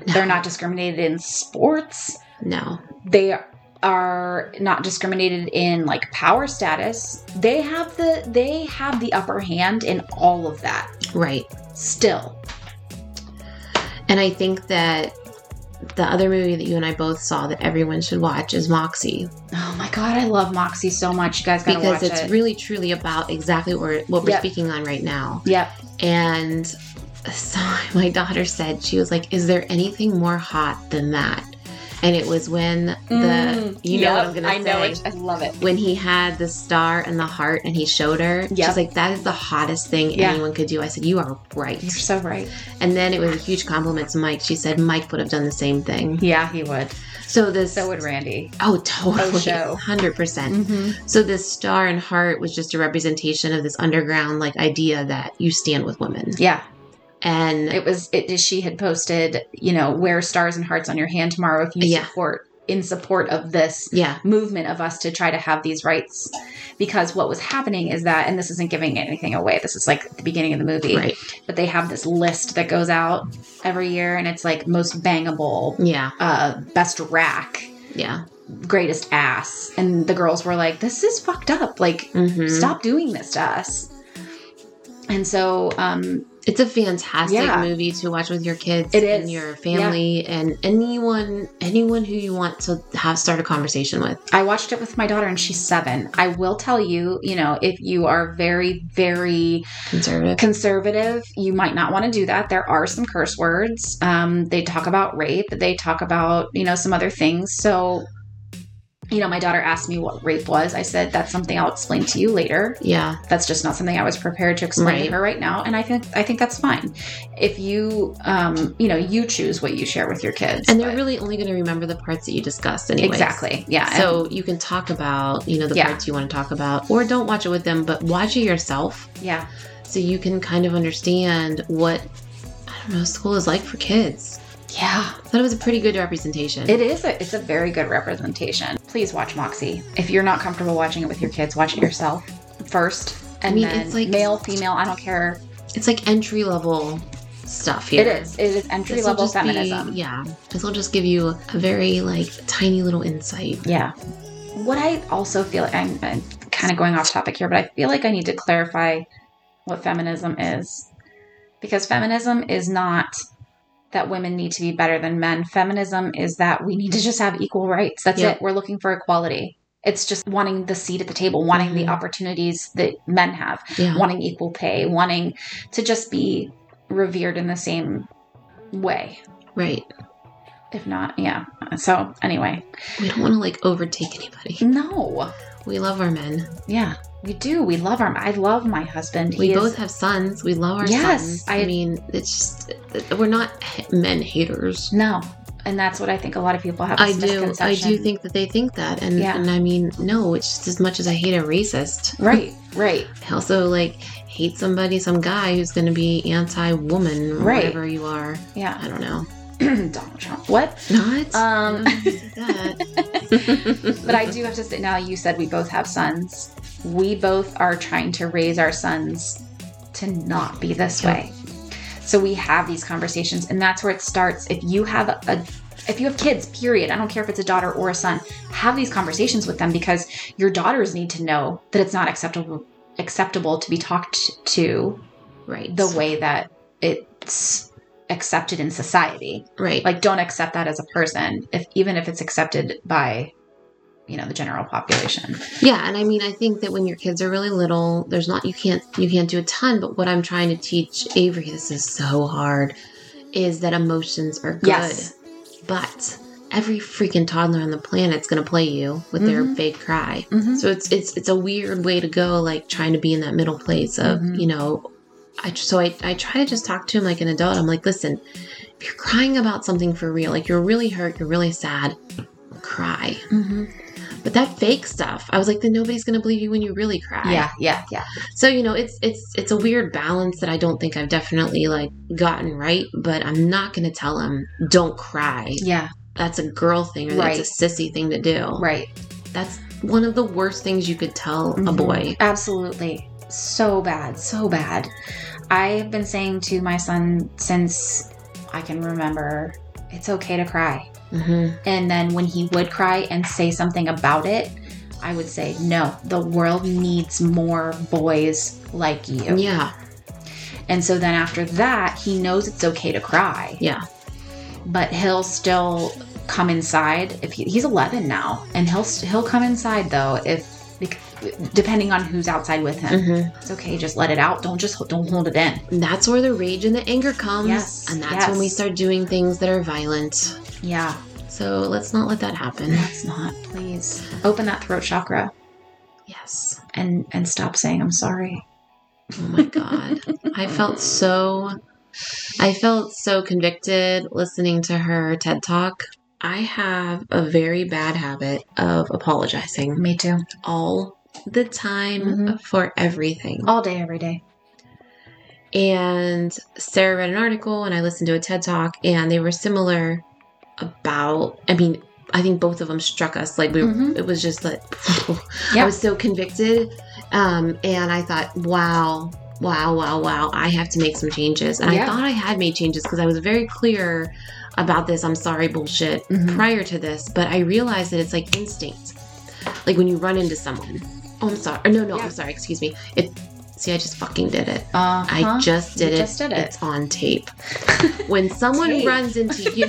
Speaker 2: No.
Speaker 1: They're not discriminated in sports.
Speaker 2: No.
Speaker 1: They are not discriminated in like power status. They have the they have the upper hand in all of that.
Speaker 2: Right.
Speaker 1: Still.
Speaker 2: And I think that the other movie that you and I both saw that everyone should watch is Moxie
Speaker 1: Oh my god, I love Moxie so much. You guys gotta
Speaker 2: because
Speaker 1: watch
Speaker 2: it's
Speaker 1: it.
Speaker 2: really truly about exactly what we're, what we're
Speaker 1: Yep.
Speaker 2: speaking on right now.
Speaker 1: yep.
Speaker 2: And so my daughter said, she was like, Is there anything more hot than that? And it was when the,
Speaker 1: Mm,
Speaker 2: you know what
Speaker 1: yep,
Speaker 2: I'm going to
Speaker 1: I
Speaker 2: say.
Speaker 1: know it. I love it.
Speaker 2: when he had the star and the heart and he showed her,
Speaker 1: Yep.
Speaker 2: she's like, that is the hottest thing
Speaker 1: Yeah.
Speaker 2: anyone could do. I said, you are right.
Speaker 1: You're so right.
Speaker 2: And then it was a huge compliment to Mike. She said, Mike would have done the same thing.
Speaker 1: Yeah, he would.
Speaker 2: So this,
Speaker 1: So would Randy. Mm-hmm.
Speaker 2: oh, totally.
Speaker 1: show. Mm.
Speaker 2: 100%. percent So this star and heart was just a representation of this underground like idea that you stand with women.
Speaker 1: Yeah,
Speaker 2: And
Speaker 1: it was. It she had posted. You know, wear stars and hearts on your hand tomorrow if you
Speaker 2: Yeah.
Speaker 1: support in support of this
Speaker 2: yeah,
Speaker 1: movement of us to try to have these rights because what was happening is that and this isn't giving anything away this is like the beginning of the movie
Speaker 2: right.
Speaker 1: but they have this list that goes out every year and it's like most bangable
Speaker 2: Yeah,
Speaker 1: uh best rack
Speaker 2: yeah.
Speaker 1: greatest ass and the girls were like this is fucked up like
Speaker 2: hmm
Speaker 1: stop doing this to us and so um
Speaker 2: It's a fantastic
Speaker 1: Yeah.
Speaker 2: movie to watch with your kids
Speaker 1: It
Speaker 2: and
Speaker 1: is.
Speaker 2: your family and anyone anyone who you want to have start a conversation with.
Speaker 1: i watched it with my daughter and she's seven i will tell you you know if you are very very
Speaker 2: Conservative.
Speaker 1: conservative you might not want to do that there are some curse words um they talk about rape they talk about you know some other things so you know my daughter asked me what rape was i said that's something i'll explain to you later
Speaker 2: Yeah.
Speaker 1: that's just not something I was prepared to explain
Speaker 2: Right.
Speaker 1: to her right now. And I think I think that's fine. If you, um, you know, you choose what you share with your kids,
Speaker 2: And they're
Speaker 1: but-
Speaker 2: really only going to remember the parts that you discussed anyways.
Speaker 1: exactly, yeah. and-
Speaker 2: So you can talk about, you know, the
Speaker 1: Yeah.
Speaker 2: parts you want to talk about or don't watch it with them, but watch it yourself
Speaker 1: yeah,
Speaker 2: so you can kind of understand what I don't know, school is like for kids.
Speaker 1: yeah.
Speaker 2: I thought it was a pretty good representation.
Speaker 1: It is. A, it's a very good representation. Please watch Moxie. If you're not comfortable watching it with your kids, watch it yourself first. And
Speaker 2: mean,
Speaker 1: then
Speaker 2: it's like-
Speaker 1: male, female, I don't care.
Speaker 2: It's like entry level stuff here.
Speaker 1: It is. It is entry
Speaker 2: This'll
Speaker 1: level
Speaker 2: just be-
Speaker 1: feminism.
Speaker 2: yeah. This will just give you a very like tiny little insight.
Speaker 1: Yeah. What I also feel like I'm, I'm kind of going off topic here, but I feel like I need to clarify what feminism is. Because feminism is not that women need to be better than men. Feminism is that we need to just have equal rights. That's
Speaker 2: Yeah.
Speaker 1: it. We're looking for equality. It's just wanting the seat at the table, wanting
Speaker 2: Mhm.
Speaker 1: the opportunities that men have,
Speaker 2: Yeah.
Speaker 1: wanting equal pay, wanting to just be revered in the same way.
Speaker 2: Right.
Speaker 1: If not, yeah. So, anyway,
Speaker 2: We don't want to like overtake anybody.
Speaker 1: no.
Speaker 2: We love our men.
Speaker 1: Yeah, we do. We love our. I love my husband.
Speaker 2: We
Speaker 1: He
Speaker 2: both
Speaker 1: Is,
Speaker 2: have sons. We love our
Speaker 1: Yes,
Speaker 2: sons. I,
Speaker 1: I-
Speaker 2: mean, it's just we're not h- men haters.
Speaker 1: no, and that's what I think a lot of people have.
Speaker 2: I
Speaker 1: this
Speaker 2: do. I do
Speaker 1: misconception.
Speaker 2: think that they think that, and
Speaker 1: Yeah.
Speaker 2: and I mean, no. It's just as much as I hate a racist.
Speaker 1: Right. Right.
Speaker 2: I also like hate somebody, some guy who's going to be anti-woman, or
Speaker 1: Right.
Speaker 2: whatever you are.
Speaker 1: Yeah.
Speaker 2: I don't know.
Speaker 1: Donald Trump. What?
Speaker 2: Not.
Speaker 1: Um,
Speaker 2: No, that.
Speaker 1: But I do have to say now. You said we both have sons. We both are trying to raise our sons to not be this
Speaker 2: Yeah.
Speaker 1: way. So we have these conversations, and that's where it starts. If you have a if you have kids, period, I don't care if it's a daughter or a son, have these conversations with them because your daughters need to know that it's not acceptable acceptable to be talked to
Speaker 2: right.
Speaker 1: the way that it's accepted in society.
Speaker 2: right.
Speaker 1: Like, don't accept that as a person, if even if it's accepted by, you know, the general population.
Speaker 2: Yeah, and I mean, I think that when your kids are really little, there's not you can't you can't do a ton. But what I'm trying to teach Avery, this is so hard, is that emotions are good.
Speaker 1: Yes.
Speaker 2: But every freaking toddler on the planet's gonna play you with their
Speaker 1: Mhm.
Speaker 2: fake cry.
Speaker 1: Mhm.
Speaker 2: So it's it's it's a weird way to go, like trying to be in that middle place of
Speaker 1: Mhm.
Speaker 2: you know. I, so I, I try to just talk to him like an adult. I'm like, listen, if you're crying about something for real, like you're really hurt, you're really sad, cry.
Speaker 1: mm-hmm.
Speaker 2: But that fake stuff, I was like, then nobody's gonna believe you when you really cry.
Speaker 1: Yeah, yeah, yeah.
Speaker 2: So you know, it's it's it's a weird balance that I don't think I've definitely like gotten right. But I'm not gonna tell him don't cry.
Speaker 1: Yeah,
Speaker 2: That's a girl thing, or that's a sissy thing to do.
Speaker 1: right.
Speaker 2: That's one of the worst things you could tell a
Speaker 1: Mhm.
Speaker 2: boy.
Speaker 1: Absolutely. So bad, so bad. I have been saying to my son since I can remember it's okay to cry.
Speaker 2: Mm-hmm.
Speaker 1: And then when he would cry and say something about it, I would say, no, the world needs more boys like you.
Speaker 2: Yeah.
Speaker 1: And so then after that, he knows it's okay to cry.
Speaker 2: Yeah.
Speaker 1: But he'll still come inside if he, he's 11 now, and he'll st- he'll come inside though if bec- depending on who's outside with him.
Speaker 2: Mm-hmm.
Speaker 1: It's okay, just let it out. Don't just don't hold it in.
Speaker 2: And that's where the rage and the anger comes.
Speaker 1: Yes,
Speaker 2: And that's
Speaker 1: yes.
Speaker 2: when we start doing things that are violent.
Speaker 1: Yeah,
Speaker 2: So let's not let that happen.
Speaker 1: let's not. Please open that throat chakra
Speaker 2: Yes.
Speaker 1: and and stop saying I'm sorry.
Speaker 2: Oh my God. I felt so, I felt so convicted listening to her TED talk. I have a very bad habit of apologizing
Speaker 1: Me too.
Speaker 2: all the time
Speaker 1: Mhm.
Speaker 2: for everything.
Speaker 1: All day, every day.
Speaker 2: And Sarah read an article and I listened to a TED talk and they were similar about, I mean, I think both of them struck us. Like we,
Speaker 1: Mhm.
Speaker 2: it was just like, I
Speaker 1: Yeah.
Speaker 2: was so convicted. Um, and I thought, wow, wow, wow, wow, I have to make some changes. And I
Speaker 1: Yeah.
Speaker 2: thought I had made changes because I was very clear about this I'm sorry bullshit
Speaker 1: Mhm.
Speaker 2: prior to this, but I realized that it's like instinct. Like when you run into someone. Oh, I'm sorry. Or no, no,
Speaker 1: Yeah.
Speaker 2: I'm sorry. Excuse me. It, see, I just fucking did it.
Speaker 1: Uh
Speaker 2: I just did
Speaker 1: You
Speaker 2: it.
Speaker 1: just did it.
Speaker 2: It's on tape. When someone
Speaker 1: Tape.
Speaker 2: runs into you.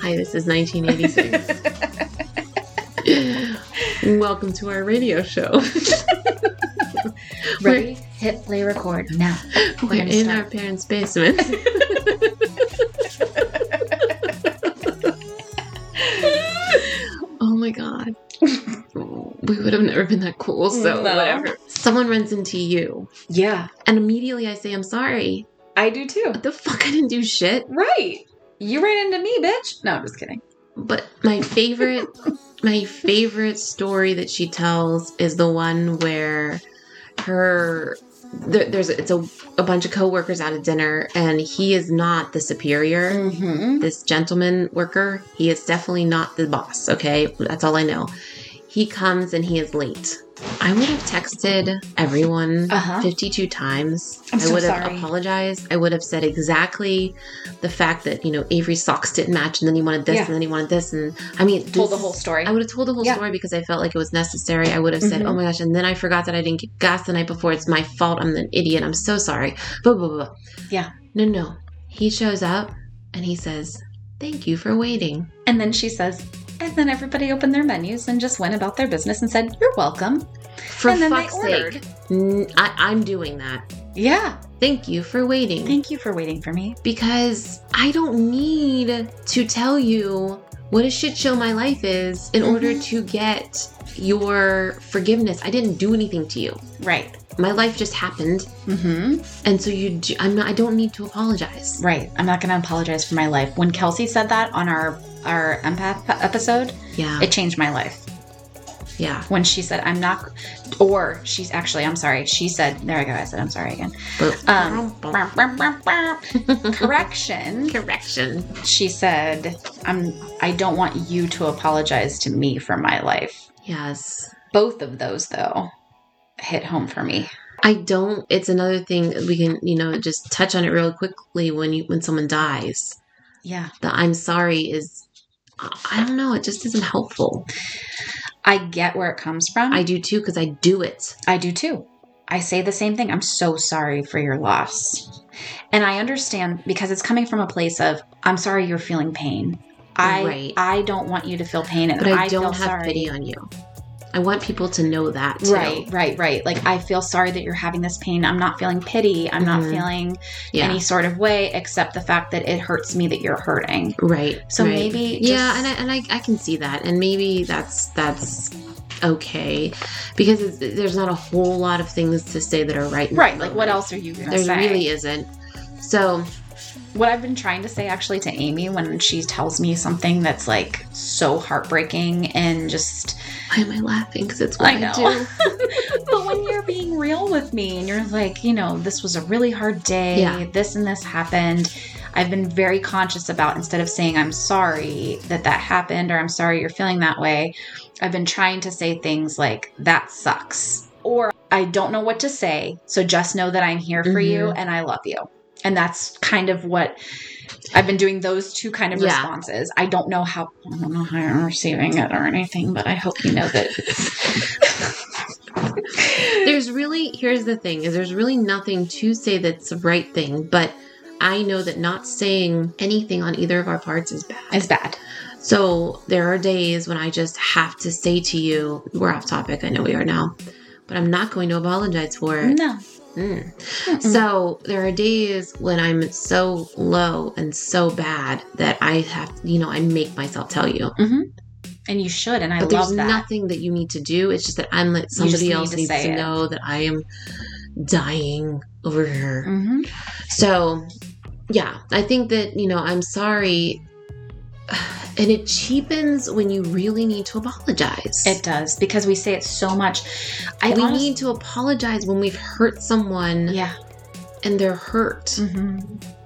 Speaker 2: Hi, this is 1986. Welcome to our radio show. we're-
Speaker 1: ready. Hit play record now.
Speaker 2: We're
Speaker 1: gonna
Speaker 2: in
Speaker 1: start.
Speaker 2: our parents' basement. oh my god. We would have never been that cool, so
Speaker 1: No.
Speaker 2: whatever. Someone runs into you,
Speaker 1: Yeah,
Speaker 2: and immediately I say, I'm sorry.
Speaker 1: I do too.
Speaker 2: What the fuck? I didn't do shit.
Speaker 1: Right. You ran into me, bitch. No, I'm just kidding.
Speaker 2: But my favorite, my favorite story that she tells is the one where her there, there's it's a, a bunch of coworkers out at dinner, and he is not the superior.
Speaker 1: Mm-hmm.
Speaker 2: This gentleman worker, he is definitely not the boss. Okay, that's all I know. He comes and he is late. I would have texted everyone
Speaker 1: Uh huh.
Speaker 2: 52 times.
Speaker 1: I'm
Speaker 2: I
Speaker 1: so
Speaker 2: would have
Speaker 1: sorry.
Speaker 2: apologized. I would have said exactly the fact that, you know, Avery's socks didn't match and then he wanted this
Speaker 1: Yeah.
Speaker 2: and then he wanted this. And I mean,
Speaker 1: Told
Speaker 2: this-
Speaker 1: the whole story.
Speaker 2: I would have told the whole
Speaker 1: Yeah.
Speaker 2: story because I felt like it was necessary. I would have said,
Speaker 1: Mhm.
Speaker 2: oh my gosh, and then I forgot that I didn't get gas the night before. It's my fault. I'm an idiot. I'm so sorry. Blah, blah, blah. blah.
Speaker 1: Yeah.
Speaker 2: No, no. He shows up and he says, thank you for waiting.
Speaker 1: And then she says, and then everybody opened their menus and just went about their business and said, "You're welcome."
Speaker 2: For
Speaker 1: and then
Speaker 2: fuck's sake. N- I- I'm doing that.
Speaker 1: Yeah.
Speaker 2: Thank you for waiting.
Speaker 1: Thank you for waiting for me.
Speaker 2: because I don't need to tell you what a shit show my life is in
Speaker 1: Mhm.
Speaker 2: order to get your forgiveness. I didn't do anything to you.
Speaker 1: Right.
Speaker 2: My life just happened,
Speaker 1: Mm-hmm.
Speaker 2: and so you. Do, I'm not. I don't need to apologize.
Speaker 1: Right. I'm not going to apologize for my life. When Kelsey said that on our our empath episode,
Speaker 2: Yeah.
Speaker 1: it changed my life.
Speaker 2: yeah.
Speaker 1: When she said, "I'm not," or she's actually, I'm sorry. She said, "There I go." I said, "I'm sorry again."
Speaker 2: But,
Speaker 1: Um, Correction.
Speaker 2: correction.
Speaker 1: She said, "I'm. I don't want you to apologize to me for my life."
Speaker 2: Yes.
Speaker 1: Both of those, though, hit home for me.
Speaker 2: I don't. It's another thing we can, you know, just touch on it real quickly when you when someone dies.
Speaker 1: Yeah.
Speaker 2: The I'm sorry is. I I don't know. It just isn't helpful.
Speaker 1: I get where it comes from.
Speaker 2: I do too because I do it.
Speaker 1: I do too. I say the same thing. I'm so sorry for your loss. And I understand because it's coming from a place of I'm sorry you're feeling pain. I
Speaker 2: Right.
Speaker 1: I don't want you to feel pain and
Speaker 2: but I,
Speaker 1: feel
Speaker 2: don't have
Speaker 1: sorry.
Speaker 2: pity on you. I want people to know that too.
Speaker 1: Right, right, right. Like I feel sorry that you're having this pain. I'm not feeling pity. I'm not
Speaker 2: Mhm.
Speaker 1: feeling
Speaker 2: Yeah.
Speaker 1: any sort of way except the fact that it hurts me that you're hurting.
Speaker 2: right.
Speaker 1: So
Speaker 2: right.
Speaker 1: maybe
Speaker 2: yeah,
Speaker 1: just-
Speaker 2: and I, and I, I can see that, and maybe that's that's okay because it's, there's not a whole lot of things to say that are right. in the
Speaker 1: Right, like what
Speaker 2: moment.
Speaker 1: else are you gonna
Speaker 2: There
Speaker 1: say?
Speaker 2: really isn't. So
Speaker 1: what I've been trying to say actually to Amy when she tells me something that's like so heartbreaking and just
Speaker 2: why am I laughing? Because it's what
Speaker 1: I
Speaker 2: I,
Speaker 1: know.
Speaker 2: do.
Speaker 1: but when you're being real with me and you're like, you know, this was a really hard day,
Speaker 2: Yeah.
Speaker 1: this and this happened. I've been very conscious about instead of saying I'm sorry that that happened or I'm sorry you're feeling that way, I've been trying to say things like that sucks or I don't know what to say, so just know that I'm here for you and I love you. and that's kind of what I've been doing those two kind of
Speaker 2: Yeah.
Speaker 1: responses. I don't know how I don't know how I'm receiving it or anything, but I hope you know that. it's-
Speaker 2: There's really here's the thing is there's really nothing to say that's the right thing, but I know that not saying anything on either of our parts is bad.
Speaker 1: it's bad.
Speaker 2: So there are days when I just have to say to you, we're off topic, I know we are now, but I'm not going to apologize for it.
Speaker 1: No.
Speaker 2: Mm.
Speaker 1: Mm-mm.
Speaker 2: So there are days when I'm so low and so bad that I have, you know, I make myself tell you.
Speaker 1: and you should, and I
Speaker 2: But
Speaker 1: love
Speaker 2: there's
Speaker 1: that.
Speaker 2: nothing that you need to do. It's just that I'm let
Speaker 1: You just
Speaker 2: somebody
Speaker 1: need
Speaker 2: else
Speaker 1: to
Speaker 2: needs
Speaker 1: say
Speaker 2: to
Speaker 1: it.
Speaker 2: know that I am dying over here.
Speaker 1: hmm
Speaker 2: So, yeah, I think that, you know, I'm sorry. And it cheapens when you really need to apologize.
Speaker 1: It does because we say it so much. I
Speaker 2: we
Speaker 1: honest-
Speaker 2: need to apologize when we've hurt someone
Speaker 1: yeah.
Speaker 2: and they're hurt.
Speaker 1: hmm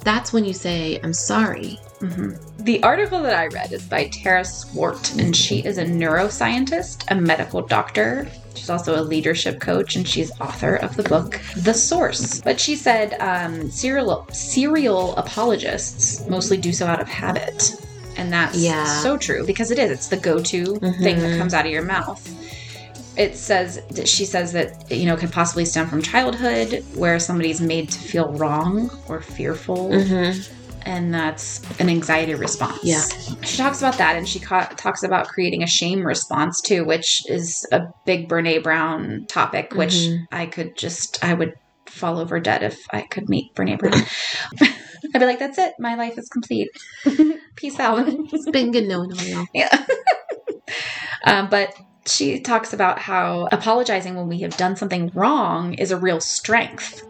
Speaker 2: That's when you say, I'm sorry.
Speaker 1: Mm-hmm. The article that I read is by Tara Swart, and she is a neuroscientist, a medical doctor. She's also a leadership coach, and she's author of the book The Source. But she said um, serial serial apologists mostly do so out of habit, and that's
Speaker 2: Yeah.
Speaker 1: so true because it is. It's the go to thing that
Speaker 2: Mhm.
Speaker 1: comes out of your mouth. It says that she says that you know it could possibly stem from childhood, where somebody's made to feel wrong or fearful
Speaker 2: Mm-hmm.
Speaker 1: and that's an anxiety response.
Speaker 2: Yeah.
Speaker 1: She talks about that and she ca- talks about creating a shame response too, which is a big Brene Brown topic, which
Speaker 2: Mhm.
Speaker 1: I could just, I would fall over dead if I could meet Brene Brown. I'd be like, that's it. My life is complete. Peace out.
Speaker 2: Been no, no, no.
Speaker 1: Yeah. um, but she talks about how apologizing when we have done something wrong is a real strength.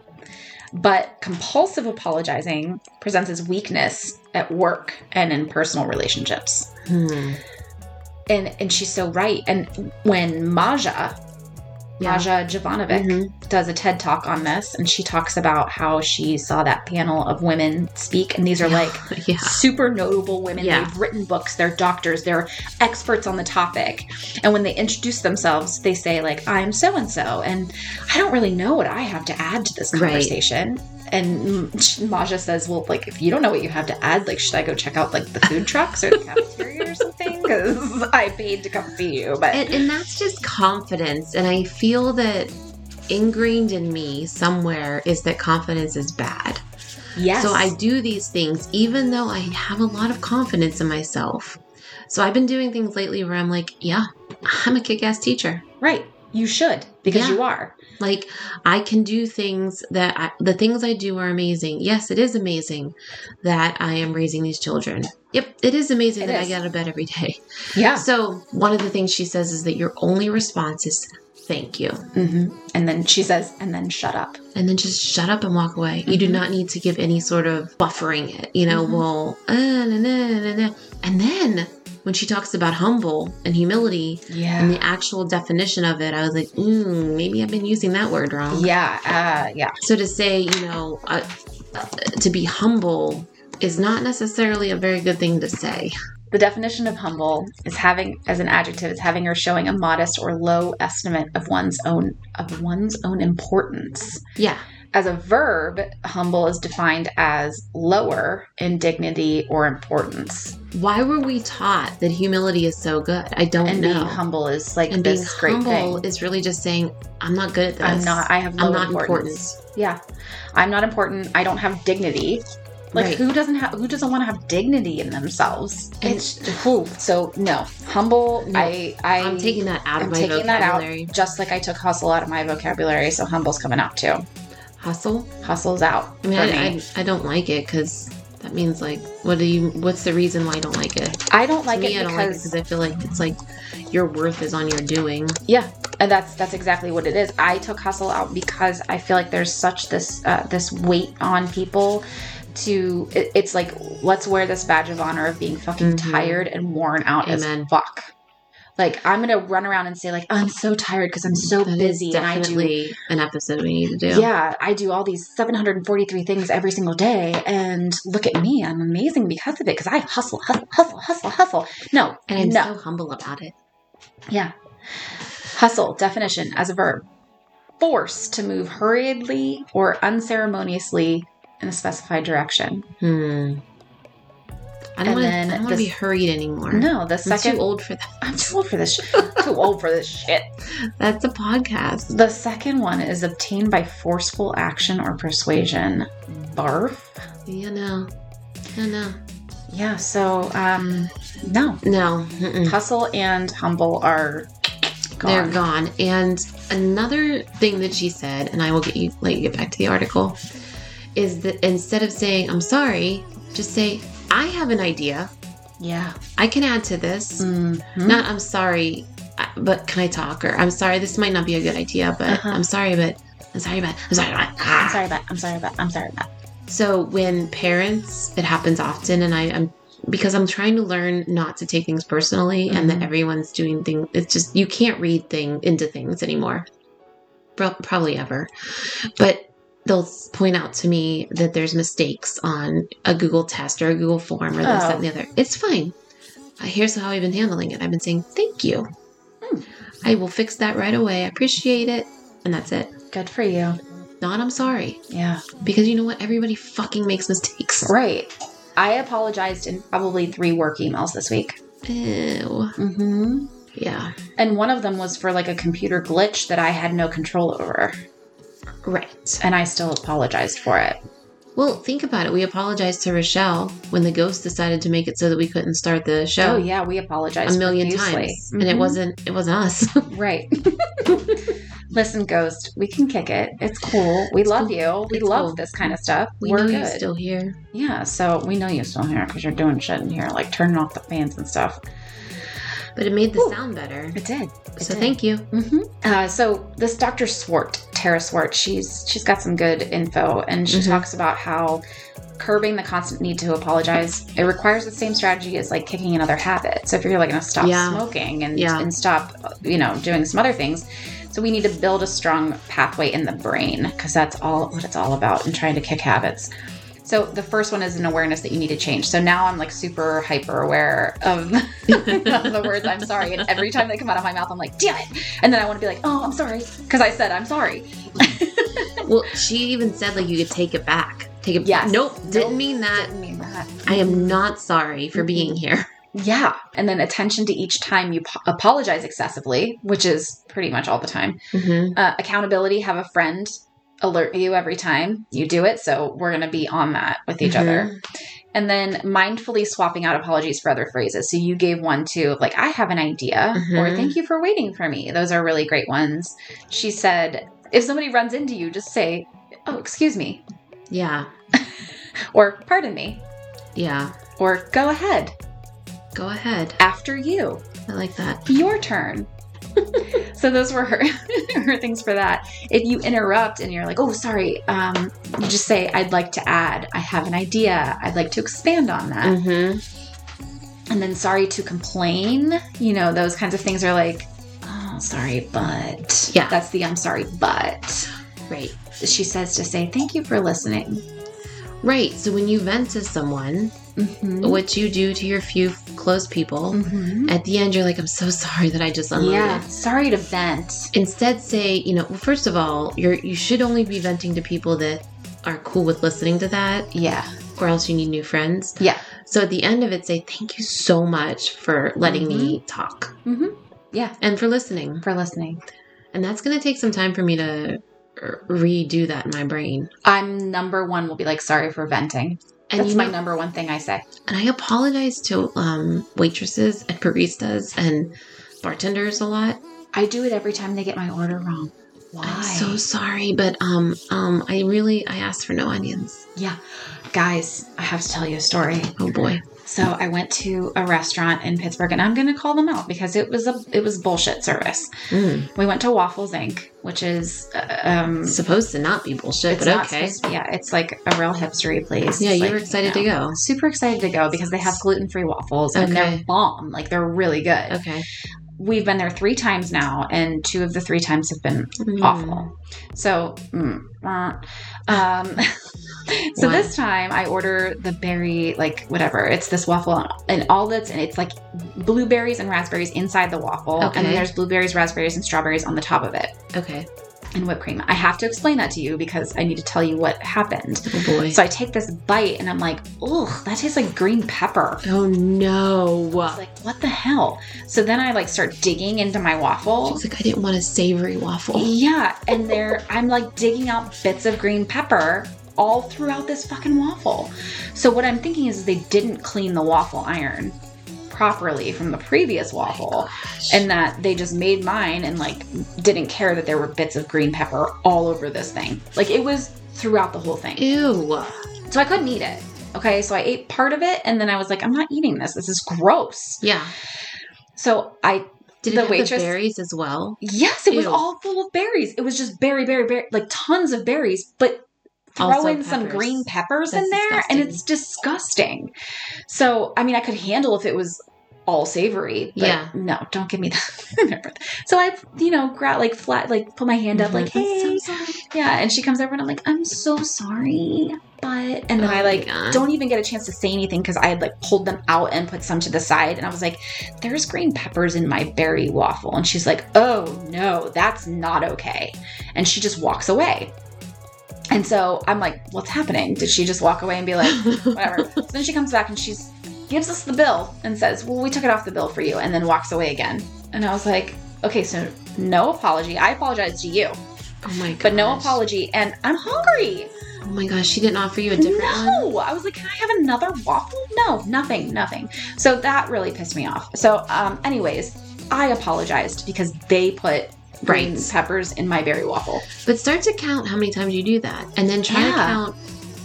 Speaker 1: But compulsive apologizing presents as weakness at work and in personal relationships.
Speaker 2: Hmm.
Speaker 1: Mm-hmm. And and she's so right. And when Maja,
Speaker 2: Yeah.
Speaker 1: Maja Jovanovic,
Speaker 2: Mhm.
Speaker 1: does a TED talk on this, and she talks about how she saw that panel of women speak, and these are like
Speaker 2: Yeah.
Speaker 1: super notable women.
Speaker 2: Yeah.
Speaker 1: They've written books, they're doctors, they're experts on the topic. And when they introduce themselves, they say, like, I'm so and so, and I don't really know what I have to add to this
Speaker 2: Right.
Speaker 1: conversation. And mm, Maja says, Well, like, if you don't know what you have to add, like, should I go check out like the food trucks or the cafeteria or something? Because I paid to come see you. But
Speaker 2: And, and that's just confidence. And I feel that ingrained in me somewhere is that confidence is bad.
Speaker 1: yes.
Speaker 2: So I do these things even though I have a lot of confidence in myself. So I've been doing things lately where I'm like, yeah, I'm a kick ass teacher.
Speaker 1: right. You should, because
Speaker 2: Yeah.
Speaker 1: you are.
Speaker 2: Like I can do things that I, the things I do are amazing. Yes, it is amazing that I am raising these children. Yep, it is amazing
Speaker 1: It
Speaker 2: that
Speaker 1: is.
Speaker 2: I get out of bed every day.
Speaker 1: Yeah.
Speaker 2: So one of the things she says is that your only response is thank you,
Speaker 1: hmm And then she says, and then shut up.
Speaker 2: and then just shut up and walk away. You do
Speaker 1: Mhm.
Speaker 2: not need to give any sort of buffering it. You know,
Speaker 1: Mhm.
Speaker 2: well, uh, na, na, na, na, na. and then when she talks about humble and humility
Speaker 1: Yeah.
Speaker 2: and the actual definition of it, I was like, mm, maybe I've been using that word wrong.
Speaker 1: Yeah. Uh, yeah.
Speaker 2: So to say, you know, uh, to be humble is not necessarily a very good thing to say.
Speaker 1: The definition of humble is having, as an adjective, is having or showing a modest or low estimate of one's own of one's own importance.
Speaker 2: Yeah.
Speaker 1: As a verb, humble is defined as lower in dignity or importance,
Speaker 2: Why were we taught that humility is so good? I don't
Speaker 1: and
Speaker 2: know.
Speaker 1: being humble is like
Speaker 2: Oh, and being
Speaker 1: this great
Speaker 2: humble
Speaker 1: thing.
Speaker 2: is really just saying, I'm not good at this.
Speaker 1: I'm not. I have low
Speaker 2: I'm not
Speaker 1: importance.
Speaker 2: important.
Speaker 1: Yeah, I'm not important. I don't have dignity. Like
Speaker 2: Right.
Speaker 1: who doesn't have who doesn't want to have dignity in themselves?
Speaker 2: And-
Speaker 1: It's who. So no, humble.
Speaker 2: No.
Speaker 1: I I
Speaker 2: I'm taking that out
Speaker 1: I'm
Speaker 2: of my
Speaker 1: taking that out
Speaker 2: vocabulary.
Speaker 1: just like I took hustle out of my vocabulary, so humble's coming out too.
Speaker 2: Hustle.
Speaker 1: Hustle's out.
Speaker 2: I mean,
Speaker 1: for
Speaker 2: I,
Speaker 1: me.
Speaker 2: I, I don't like it because that means like, what do you? What's the reason why I don't like it?
Speaker 1: I, don't like
Speaker 2: to me,
Speaker 1: it
Speaker 2: I don't like it
Speaker 1: because
Speaker 2: because I feel like it's like your worth is on your doing.
Speaker 1: and that's that's exactly what it is. I took hustle out because I feel like there's such this uh, this weight on people to it, it's like let's wear this badge of honor of being fucking
Speaker 2: Mhm.
Speaker 1: tired and worn out
Speaker 2: Amen.
Speaker 1: as fuck. Like I'm gonna run around and say like I'm so tired because I'm so
Speaker 2: That is
Speaker 1: busy and I do
Speaker 2: definitely an episode we need to do.
Speaker 1: yeah, I do all these 743 things every single day, and look at me, I'm amazing because of it. Because I hustle, hustle, hustle, hustle, hustle. No,
Speaker 2: And I'm
Speaker 1: no,
Speaker 2: so humble about it.
Speaker 1: yeah. Hustle definition as a verb: force to move hurriedly or unceremoniously in a specified direction.
Speaker 2: Hmm.
Speaker 1: And
Speaker 2: I don't
Speaker 1: then
Speaker 2: want to
Speaker 1: this-
Speaker 2: be hurried anymore.
Speaker 1: No, the
Speaker 2: I'm too
Speaker 1: second
Speaker 2: old for that.
Speaker 1: I'm too old for this. Sh- too old for this shit.
Speaker 2: That's a podcast.
Speaker 1: The second one is obtained by forceful action or persuasion. Barf.
Speaker 2: You know. No, no.
Speaker 1: Yeah. So um, no,
Speaker 2: No. mm-mm.
Speaker 1: hustle and humble are Mm. gone.
Speaker 2: They're gone. And another thing that she said, and I will get you let you get back to the article, is that instead of saying "I'm sorry," just say "I have an idea.
Speaker 1: Yeah.
Speaker 2: I can add to this."
Speaker 1: Mhm.
Speaker 2: Not "I'm sorry," uh, but can I talk? Or "I'm sorry, this might not be a good idea, but
Speaker 1: Uh-huh.
Speaker 2: I'm sorry, but I'm sorry, but I'm sorry, but."
Speaker 1: I'm
Speaker 2: ah."
Speaker 1: sorry about. I'm sorry about. I'm sorry about.
Speaker 2: So when parents, it happens often, and I, I'm because I'm trying to learn not to take things personally, and that
Speaker 1: Mhm.
Speaker 2: everyone's doing things. It's just you can't read thing into things anymore, Pro- probably ever. But they'll s- point out to me that there's mistakes on a Google test or a Google form or this,
Speaker 1: Oh.
Speaker 2: that, and the other. It's fine. Uh, Here's how I've been handling it. I've been saying thank you.
Speaker 1: Hmm.
Speaker 2: I will fix that right away. I appreciate it, and that's it.
Speaker 1: Good for you.
Speaker 2: Not I'm sorry
Speaker 1: Yeah.
Speaker 2: because you know what? Everybody fucking makes mistakes.
Speaker 1: Right. I apologized in probably three work emails this week.
Speaker 2: Ew.
Speaker 1: Mm-hmm.
Speaker 2: Yeah.
Speaker 1: And one of them was for like a computer glitch that I had no control over,
Speaker 2: Right.
Speaker 1: and I still apologized for it.
Speaker 2: Well, think about it. We apologized to Rochelle when the ghost decided to make it so that we couldn't start the show
Speaker 1: oh yeah, we apologized
Speaker 2: a million
Speaker 1: profusely.
Speaker 2: times, and it
Speaker 1: Mhm.
Speaker 2: wasn't it wasn't us.
Speaker 1: right. Listen, Ghost, we can kick it. It's cool. We love
Speaker 2: cool.
Speaker 1: you. We
Speaker 2: It's
Speaker 1: love
Speaker 2: cool.
Speaker 1: this kind of stuff.
Speaker 2: we
Speaker 1: We're
Speaker 2: know
Speaker 1: good.
Speaker 2: you're still here.
Speaker 1: yeah, so we know you're still here because you're doing shit in here, like turning off the fans and stuff.
Speaker 2: But it made the
Speaker 1: Whew.
Speaker 2: sound better.
Speaker 1: It did. It
Speaker 2: So
Speaker 1: did.
Speaker 2: thank you.
Speaker 1: hmm Uh, so this Dr. Swart, Tara Swart, she's she's got some good info, and she
Speaker 2: Mhm.
Speaker 1: talks about how curbing the constant need to apologize it requires the same strategy as like kicking another habit. So if you're like going to stop
Speaker 2: Yeah.
Speaker 1: smoking and
Speaker 2: Yeah.
Speaker 1: and stop, you know, doing some other things, so we need to build a strong pathway in the brain because that's all what it's all about in trying to kick habits. So the first one is an awareness that you need to change. So now I'm like super hyper aware of the words I'm sorry, and every time they come out of my mouth, I'm like, damn it! And then I want to be like, oh, I'm sorry, because I said I'm sorry.
Speaker 2: Well, she even said like you could take it back. Take it.
Speaker 1: Yes.
Speaker 2: Nope.
Speaker 1: Nope. Mm-hmm.
Speaker 2: Didn't mean that.
Speaker 1: Didn't mean that.
Speaker 2: I am not sorry for being here.
Speaker 1: Yeah, and then attention to each time you po- apologize excessively, which is pretty much all the time.
Speaker 2: Mm-hmm.
Speaker 1: Uh, accountability, have a friend alert you every time you do it, so we're gonna be on that with each other. And then mindfully swapping out apologies for other phrases. So you gave one to like, I have an idea, or
Speaker 2: Mhm.
Speaker 1: thank you for waiting for me. Those are really great ones. She said, if somebody runs into you, just say, oh, excuse me,
Speaker 2: Yeah.
Speaker 1: or pardon me,
Speaker 2: Yeah.
Speaker 1: or go ahead,
Speaker 2: Go ahead.
Speaker 1: after you,
Speaker 2: I like that.
Speaker 1: your turn. so those were her, her things for that. If you interrupt and you're like, oh, sorry, um, you just say, I'd like to add, I have an idea, I'd like to expand on that.
Speaker 2: Mm-hmm.
Speaker 1: and then sorry to complain you know those kinds of things are like oh sorry but
Speaker 2: Yeah.
Speaker 1: that's the i'm sorry but
Speaker 2: Right.
Speaker 1: she says to say thank you for listening
Speaker 2: Right. So when you vent to someone,
Speaker 1: mm-hmm.
Speaker 2: what you do to your few close people, at the end you're like, I'm so sorry that I just unloaded.
Speaker 1: yeah sorry to vent
Speaker 2: Instead, say, you know, well, first of all, you're you should only be venting to people that are cool with listening to that,
Speaker 1: yeah
Speaker 2: or else you need new friends.
Speaker 1: Yeah.
Speaker 2: So at the end of it, say, thank you so much for letting me talk
Speaker 1: mm-hmm. yeah
Speaker 2: and for listening.
Speaker 1: for listening
Speaker 2: And that's going to take some time for me to r- redo that in my brain.
Speaker 1: i'm number one will be like sorry for venting
Speaker 2: And
Speaker 1: that's
Speaker 2: you
Speaker 1: my
Speaker 2: know,
Speaker 1: number one thing i say
Speaker 2: and I apologize to um, waitresses and baristas and bartenders a lot.
Speaker 1: i do it every time they get my order wrong why
Speaker 2: I'm so sorry, but um, um, I really I asked for no onions.
Speaker 1: guys i have to tell you a story
Speaker 2: Oh boy.
Speaker 1: So I went to a restaurant in Pittsburgh, and I'm going to call them out because it was a it was bullshit service.
Speaker 2: Mm.
Speaker 1: We went to Waffles Inc., which is uh, um,
Speaker 2: It's supposed to not be bullshit,
Speaker 1: it's
Speaker 2: but
Speaker 1: not
Speaker 2: okay.
Speaker 1: supposed to- yeah, it's like a real hipstery place.
Speaker 2: yeah,
Speaker 1: It's
Speaker 2: you
Speaker 1: like,
Speaker 2: were excited
Speaker 1: you know,
Speaker 2: to
Speaker 1: Super excited to go because they have gluten free waffles and they're
Speaker 2: Okay.
Speaker 1: bomb. Like they're really good.
Speaker 2: go. Okay.
Speaker 1: We've been there three times now, and two of the three times have been
Speaker 2: Mm.
Speaker 1: awful. So, mm, uh, um, so
Speaker 2: Why?
Speaker 1: this time I order the berry, like whatever. It's this waffle and all that's and it's like blueberries and raspberries inside the waffle, and
Speaker 2: Okay.
Speaker 1: then there's blueberries, raspberries, and strawberries on the top of it.
Speaker 2: Okay.
Speaker 1: and whipped cream. I have to explain that to you because I need to tell you what happened.
Speaker 2: Oh boy.
Speaker 1: So I take this bite and I'm like, oh, that tastes like green pepper.
Speaker 2: oh no.
Speaker 1: I was like, what the hell? So then I like start digging into my waffle.
Speaker 2: She's like, I didn't want a savory waffle.
Speaker 1: Yeah, and there I'm like digging out bits of green pepper all throughout this fucking waffle. So what I'm thinking is they didn't clean the waffle iron properly from the previous waffle
Speaker 2: Oh,
Speaker 1: and that they just made mine and like didn't care that there were bits of green pepper all over this thing. Like it was throughout the whole thing.
Speaker 2: Ew.
Speaker 1: So I couldn't eat it. Okay, so I ate part of it and then I was like I'm not eating this. This is gross.
Speaker 2: Yeah.
Speaker 1: So I
Speaker 2: Did
Speaker 1: The
Speaker 2: it have
Speaker 1: waitress-
Speaker 2: the berries as well?
Speaker 1: Yes, it was
Speaker 2: Ew.
Speaker 1: all full of berries. It was just berry, berry, berry, like tons of berries, but throw
Speaker 2: Also
Speaker 1: in some
Speaker 2: peppers.
Speaker 1: green peppers
Speaker 2: That's
Speaker 1: in there and
Speaker 2: disgusting.
Speaker 1: it's disgusting. So, I mean, I could handle if it was all savory, but
Speaker 2: Yeah.
Speaker 1: no, don't give me that. so I, you know, gra- like flat, like put my hand up, like,
Speaker 2: Mhm. I'm
Speaker 1: hey,
Speaker 2: so sorry.
Speaker 1: yeah. And she comes over and I'm like, I'm so sorry, but, and then
Speaker 2: Oh
Speaker 1: I
Speaker 2: my
Speaker 1: like,
Speaker 2: God.
Speaker 1: don't even get a chance to say anything because I had like pulled them out and put some to the side. And I was like, there's green peppers in my berry waffle. And she's like, oh no, that's not okay. And she just walks away. And so I'm like, what's happening? Did she just walk away and be like, whatever? so then she comes back and she's gives us the bill and says, well, we took it off the bill for you. And then walks away again. And I was like, okay, so no apology. I apologize to you,
Speaker 2: Oh my god.
Speaker 1: but no apology. And I'm hungry.
Speaker 2: Oh my gosh, she didn't offer you a different one?
Speaker 1: No, I was like, can I have another waffle? No, nothing, nothing. So that really pissed me off. So, um, anyways, I apologized because they put green
Speaker 2: Right.
Speaker 1: peppers in my berry waffle.
Speaker 2: But start to count how many times you do that. And then try to
Speaker 1: Yeah.
Speaker 2: count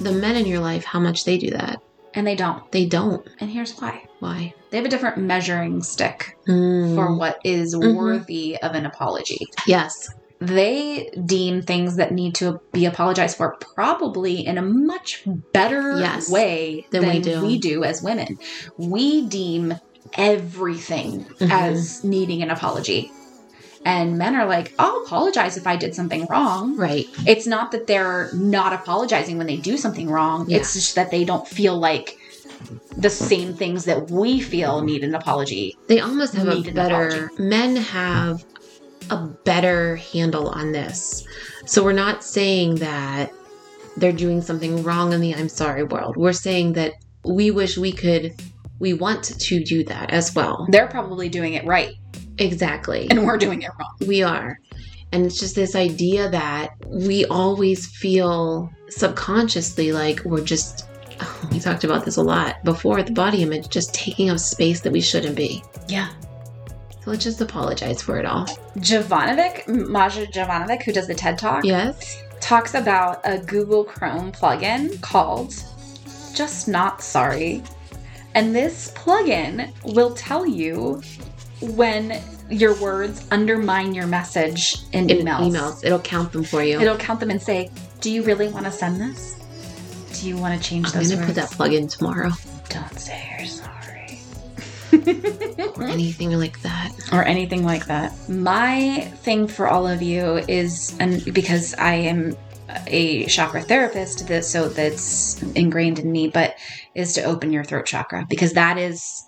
Speaker 2: the men in your life how much they do that.
Speaker 1: And they don't.
Speaker 2: They don't.
Speaker 1: And here's why.
Speaker 2: Why?
Speaker 1: They have a different measuring stick
Speaker 2: Mm.
Speaker 1: for what is
Speaker 2: Mhm.
Speaker 1: worthy of an apology.
Speaker 2: Yes.
Speaker 1: They deem things that need to be apologized for probably in a much better
Speaker 2: Yes,
Speaker 1: way
Speaker 2: than
Speaker 1: than,
Speaker 2: we do.
Speaker 1: we do as women. We deem everything
Speaker 2: Mhm.
Speaker 1: as needing an apology. And men are like, I'll apologize if I did something wrong.
Speaker 2: Right.
Speaker 1: It's not that they're not apologizing when they do something wrong,
Speaker 2: Yeah.
Speaker 1: it's just that they don't feel like the same things that we feel need an apology.
Speaker 2: They almost have
Speaker 1: Need
Speaker 2: a
Speaker 1: an
Speaker 2: better men have a better handle on this. So we're not saying that they're doing something wrong in the I'm sorry world. We're saying that we wish we could we want to do that as well.
Speaker 1: They're probably doing it right,
Speaker 2: Exactly.
Speaker 1: and we're doing it wrong.
Speaker 2: We are. And it's just this idea that we always feel subconsciously like we're just, we talked about this a lot before the body image, just taking up space that we shouldn't be.
Speaker 1: Yeah.
Speaker 2: So let's just apologize for it all.
Speaker 1: Jovanovic, Maja Jovanovic, who does the TED Talk,
Speaker 2: Yes.
Speaker 1: talks about a Google Chrome plugin called Just Not Sorry. And this plugin will tell you when your words undermine your message in,
Speaker 2: In
Speaker 1: emails.
Speaker 2: emails, it'll count them for you.
Speaker 1: It'll count them and say, Do you really want to send this? Do you want to change
Speaker 2: I'm
Speaker 1: those
Speaker 2: gonna put
Speaker 1: words?
Speaker 2: that plug in tomorrow
Speaker 1: Mm-hmm. Don't say you're sorry.
Speaker 2: or anything like that.
Speaker 1: or anything like that. My thing for all of you is, and because I am a chakra therapist, that so that's ingrained in me, but is to open your throat chakra because that is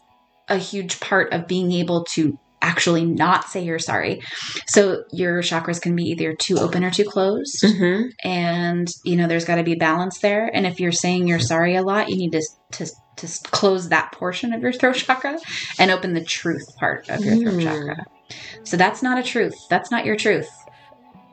Speaker 1: a huge part of being able to actually not say you're sorry. So your chakras can be either too open or too closed,
Speaker 2: Mm-hmm.
Speaker 1: and you know there's got to be balance there. And if you're saying you're sorry a lot, you need to to to s- close that portion of your throat chakra and open the truth part of your throat
Speaker 2: Mm.
Speaker 1: chakra. So that's not a truth. That's not your truth.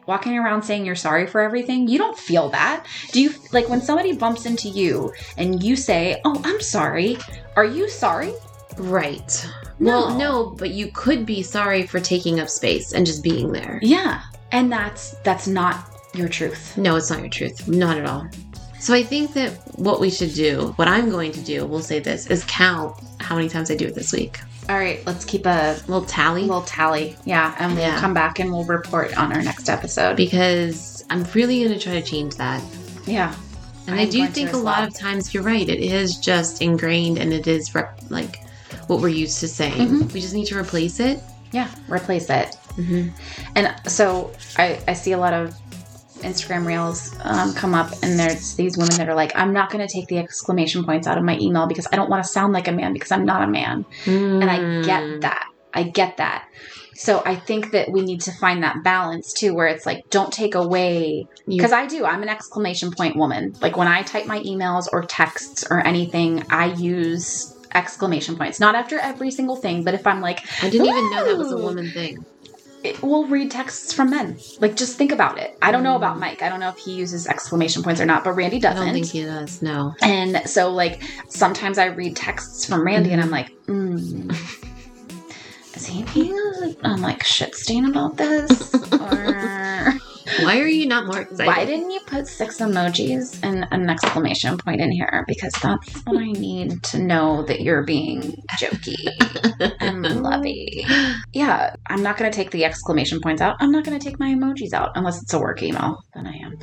Speaker 1: Walking around saying you're sorry for everything, you don't feel that. Do you like when somebody bumps into you and you say, "Oh, I'm sorry." Are you sorry?
Speaker 2: Right.
Speaker 1: No.
Speaker 2: Well, no, but you could be sorry for taking up space and just being there.
Speaker 1: Yeah. And that's that's not your truth.
Speaker 2: No, it's not your truth. Not at all. So I think that what we should do, what I'm going to do, we'll say this, is count how many times I do it this week.
Speaker 1: All right, let's keep a
Speaker 2: We'll tally
Speaker 1: little tally. Yeah, and we'll
Speaker 2: Yeah.
Speaker 1: come back and we'll report on our next episode.
Speaker 2: because I'm really going to try to change that.
Speaker 1: Yeah.
Speaker 2: And i
Speaker 1: I'm
Speaker 2: do
Speaker 1: going to
Speaker 2: think a
Speaker 1: as
Speaker 2: lot
Speaker 1: well.
Speaker 2: of times you're right. It is just ingrained and it is rep- like what we're used to saying.
Speaker 1: Mhm.
Speaker 2: We just need to replace it.
Speaker 1: Yeah, replace it.
Speaker 2: Mm-hmm.
Speaker 1: And so I, I see a lot of Instagram reels um, come up, and there's these women that are like, I'm not going to take the exclamation points out of my email because
Speaker 2: Mm-hmm. Mm.
Speaker 1: I don't want to sound like a man because I'm not a man. And I get that. I get that. So I think that we need to find that balance too, where it's like, don't take away
Speaker 2: You-
Speaker 1: because I do. I'm an exclamation point woman. Like when I type my emails or texts or anything, I use exclamation points. Not after every single thing, but if I'm like,
Speaker 2: I didn't even know that was a
Speaker 1: Ooh.
Speaker 2: woman thing.
Speaker 1: it, we'll read texts from men. Like just think about it. I don't know about Mike. I don't know if he uses exclamation points or not, but Randy
Speaker 2: Mm. I
Speaker 1: doesn't.
Speaker 2: don't think he does. No.
Speaker 1: And so, like, sometimes I read texts from Randy and I'm like, mm, is he being a, I'm like, shit stain about this? or
Speaker 2: Why are you not more excited?
Speaker 1: why didn't you put six emojis and an exclamation point in here? Because that's what I need to know that you're being jokey and lovey. Yeah, I'm not going to take the exclamation points out. I'm not going to take my emojis out unless it's a work email. Then I am.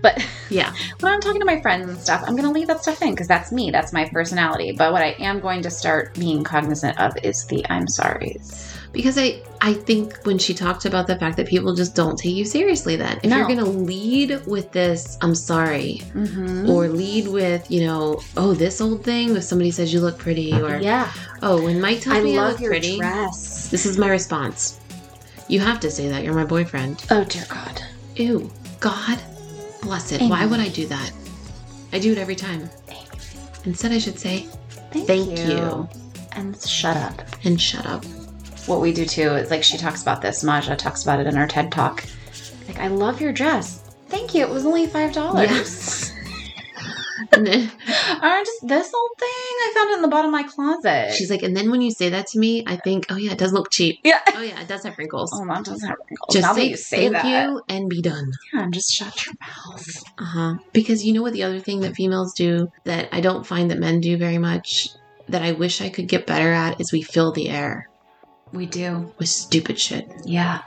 Speaker 1: But
Speaker 2: Yeah.
Speaker 1: when I'm talking to my friends and stuff, I'm going to leave that stuff in because that's me. That's my personality. But what I am going to start being cognizant of is the I'm sorry's.
Speaker 2: Because I, I think when she talked about the fact that people just don't take you seriously, then if you're
Speaker 1: No.
Speaker 2: going to lead with this, I'm sorry,
Speaker 1: Mm-hmm.
Speaker 2: or lead with, you know, oh, this old thing, if somebody says you look pretty, or
Speaker 1: Yeah,
Speaker 2: oh, when Mike tells
Speaker 1: I
Speaker 2: me I
Speaker 1: love
Speaker 2: look
Speaker 1: your
Speaker 2: pretty,
Speaker 1: dress.
Speaker 2: this is my response. You have to say that. You're my boyfriend.
Speaker 1: Oh dear God.
Speaker 2: Ew. God bless it.
Speaker 1: Amen.
Speaker 2: Why would I do that? I do it every time.
Speaker 1: Amen.
Speaker 2: Instead, I should say,
Speaker 1: Thank,
Speaker 2: Thank
Speaker 1: you.
Speaker 2: you.
Speaker 1: And shut up.
Speaker 2: and shut up.
Speaker 1: What we do too is like she talks about this, Maja talks about it in her TED talk. Like, I love your dress. Thank you. It was only five dollars.
Speaker 2: Yes. and then
Speaker 1: Aren't just this old thing? I found it in the bottom of my closet.
Speaker 2: she's like, and then when you say that to me, I think, oh yeah, it does look cheap.
Speaker 1: yeah.
Speaker 2: Oh yeah, it does have wrinkles.
Speaker 1: Oh, mom doesn't have wrinkles.
Speaker 2: Just
Speaker 1: now
Speaker 2: say,
Speaker 1: that you say
Speaker 2: thank
Speaker 1: that,
Speaker 2: you and be done.
Speaker 1: yeah, and just shut your mouth.
Speaker 2: Uh huh. Because you know what the other thing that females do that I don't find that men do very much that I wish I could get better at is we fill the air
Speaker 1: We do.
Speaker 2: with stupid shit.
Speaker 1: Yeah.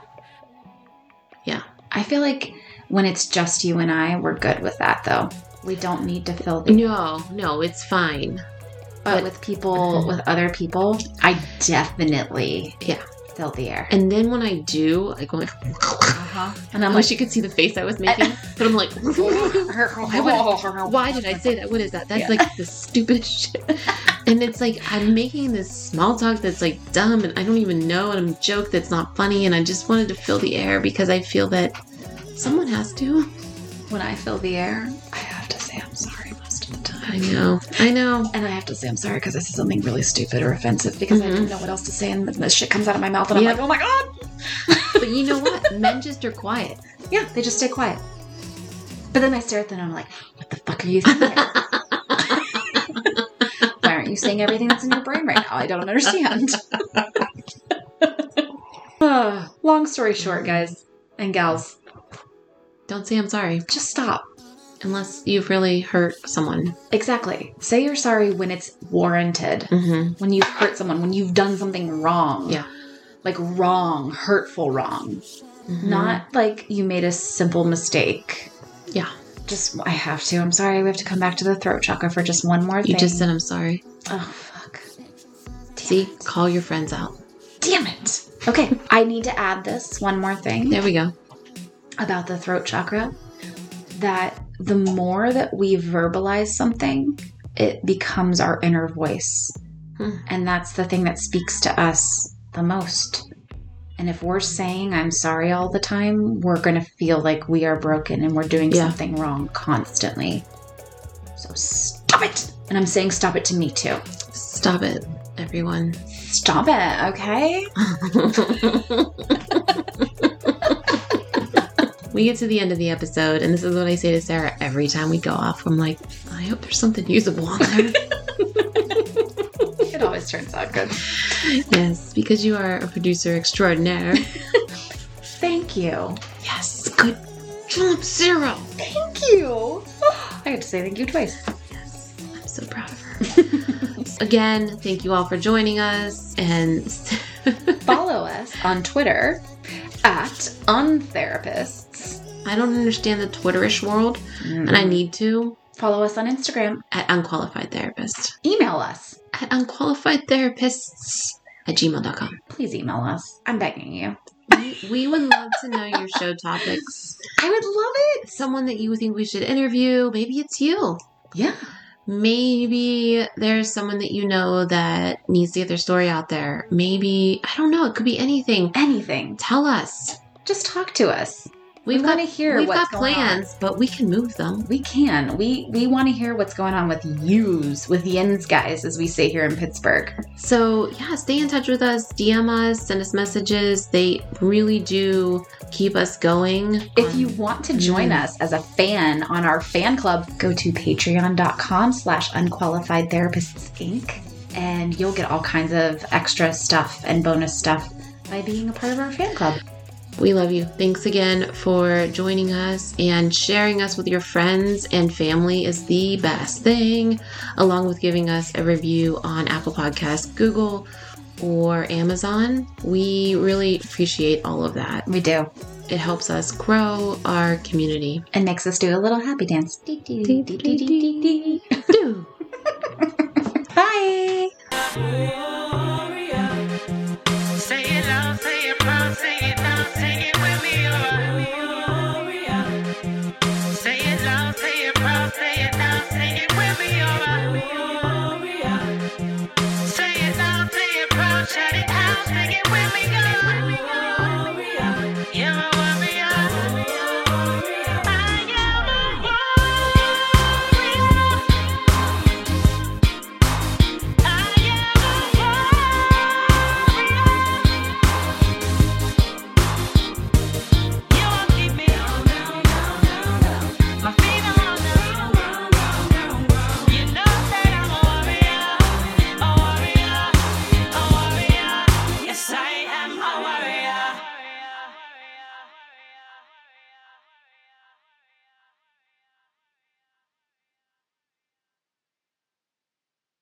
Speaker 2: Yeah.
Speaker 1: I feel like when it's just you and I, we're good with that though. We don't need to fill the
Speaker 2: No, no, it's fine.
Speaker 1: but
Speaker 2: But-
Speaker 1: with people
Speaker 2: Mhm.
Speaker 1: with other people i definitely
Speaker 2: Yeah.
Speaker 1: fill the air
Speaker 2: And then when I do, I go like,
Speaker 1: uh-huh. and
Speaker 2: I
Speaker 1: i'm like
Speaker 2: wish you could see the face I was making, but I'm like, why did I say that? What is that? That's
Speaker 1: Yeah.
Speaker 2: like the stupid shit. and it's like I'm making this small talk that's like dumb and I don't even know and I'm a joke that's not funny and I just wanted to fill the air because I feel that someone has to.
Speaker 1: when i fill the air i have to say i'm sorry most of the
Speaker 2: I
Speaker 1: time
Speaker 2: know. I know.
Speaker 1: and I have to say I'm sorry because I said something really stupid or offensive because I didn't know what else to say, and the shit comes out of my mouth, and
Speaker 2: Yep.
Speaker 1: I'm like, oh my god!
Speaker 2: But you know what? Men just are quiet.
Speaker 1: Yeah, they just stay quiet. But then I stare at them, and I'm like, what the fuck are you saying? Why aren't you saying everything that's in your brain right now? I don't understand. Ugh. long story short, guys and gals,
Speaker 2: don't say I'm sorry
Speaker 1: just stop.
Speaker 2: unless you've really hurt someone.
Speaker 1: Exactly. Say you're sorry when it's warranted,
Speaker 2: Mm-hmm.
Speaker 1: when you've hurt someone, when you've done something wrong.
Speaker 2: Yeah.
Speaker 1: Like wrong, hurtful wrong. Not like you made a simple mistake.
Speaker 2: Yeah.
Speaker 1: Just, I have to. I'm sorry. We have to come back to the throat chakra for just one more
Speaker 2: You
Speaker 1: thing.
Speaker 2: just said I'm sorry.
Speaker 1: oh, fuck. Damn
Speaker 2: See,
Speaker 1: it.
Speaker 2: call your friends out.
Speaker 1: Damn it. Okay. I need to add this one more thing.
Speaker 2: There we go.
Speaker 1: about the throat chakra that the more that we verbalize something, it becomes our inner voice.
Speaker 2: Hmm.
Speaker 1: And that's the thing that speaks to us the most. And if we're saying I'm sorry all the time, we're going to feel like we are broken and we're doing
Speaker 2: Yeah.
Speaker 1: something wrong constantly. So stop it. And I'm saying stop it to me too.
Speaker 2: Stop it, everyone.
Speaker 1: Stop it, okay?
Speaker 2: we get to the end of the episode, and this is what I say to Sarah every time we go off. I'm like, I hope there's something usable on there.
Speaker 1: It always turns out good.
Speaker 2: yes, because you are a producer extraordinaire.
Speaker 1: Thank you.
Speaker 2: yes, good job, Sarah.
Speaker 1: Thank you. I had to say thank you twice.
Speaker 2: Yes, I'm so proud of her. Again, thank you all for joining us, and
Speaker 1: follow us on Twitter at untherapists.
Speaker 2: I don't understand the Twitterish world, and I need to
Speaker 1: follow us on Instagram.
Speaker 2: at unqualified therapist
Speaker 1: Email us.
Speaker 2: at unqualified therapists at gmail.com.
Speaker 1: Please email us. I'm begging you.
Speaker 2: We would love to know your show topics.
Speaker 1: I would love it.
Speaker 2: Someone that you think we should interview. Maybe it's you.
Speaker 1: Yeah.
Speaker 2: Maybe there's someone that you know that needs to get their story out there. Maybe, I don't know, it could be anything.
Speaker 1: Anything.
Speaker 2: Tell us.
Speaker 1: Just talk to us.
Speaker 2: We've
Speaker 1: we
Speaker 2: got
Speaker 1: want to hear
Speaker 2: We've
Speaker 1: what's
Speaker 2: got
Speaker 1: going on.
Speaker 2: plans, but we can move them.
Speaker 1: We can. We we want to hear what's going on with yous, with yins guys, as we say here in Pittsburgh.
Speaker 2: So, yeah, stay in touch with us, DM us, send us messages. They really do keep us going.
Speaker 1: If
Speaker 2: Um,
Speaker 1: you want to join
Speaker 2: Mm.
Speaker 1: us as a fan on our fan club, go to patreon.com slash unqualified therapists inc. And you'll get all kinds of extra stuff and bonus stuff by being a part of our fan club.
Speaker 2: We love you. Thanks again for joining us and sharing us with your friends and family is the best thing, along with giving us a review on Apple Podcasts, Google, or Amazon. We really appreciate all of that.
Speaker 1: We do.
Speaker 2: It helps us grow our community.
Speaker 1: And makes us do a little happy dance.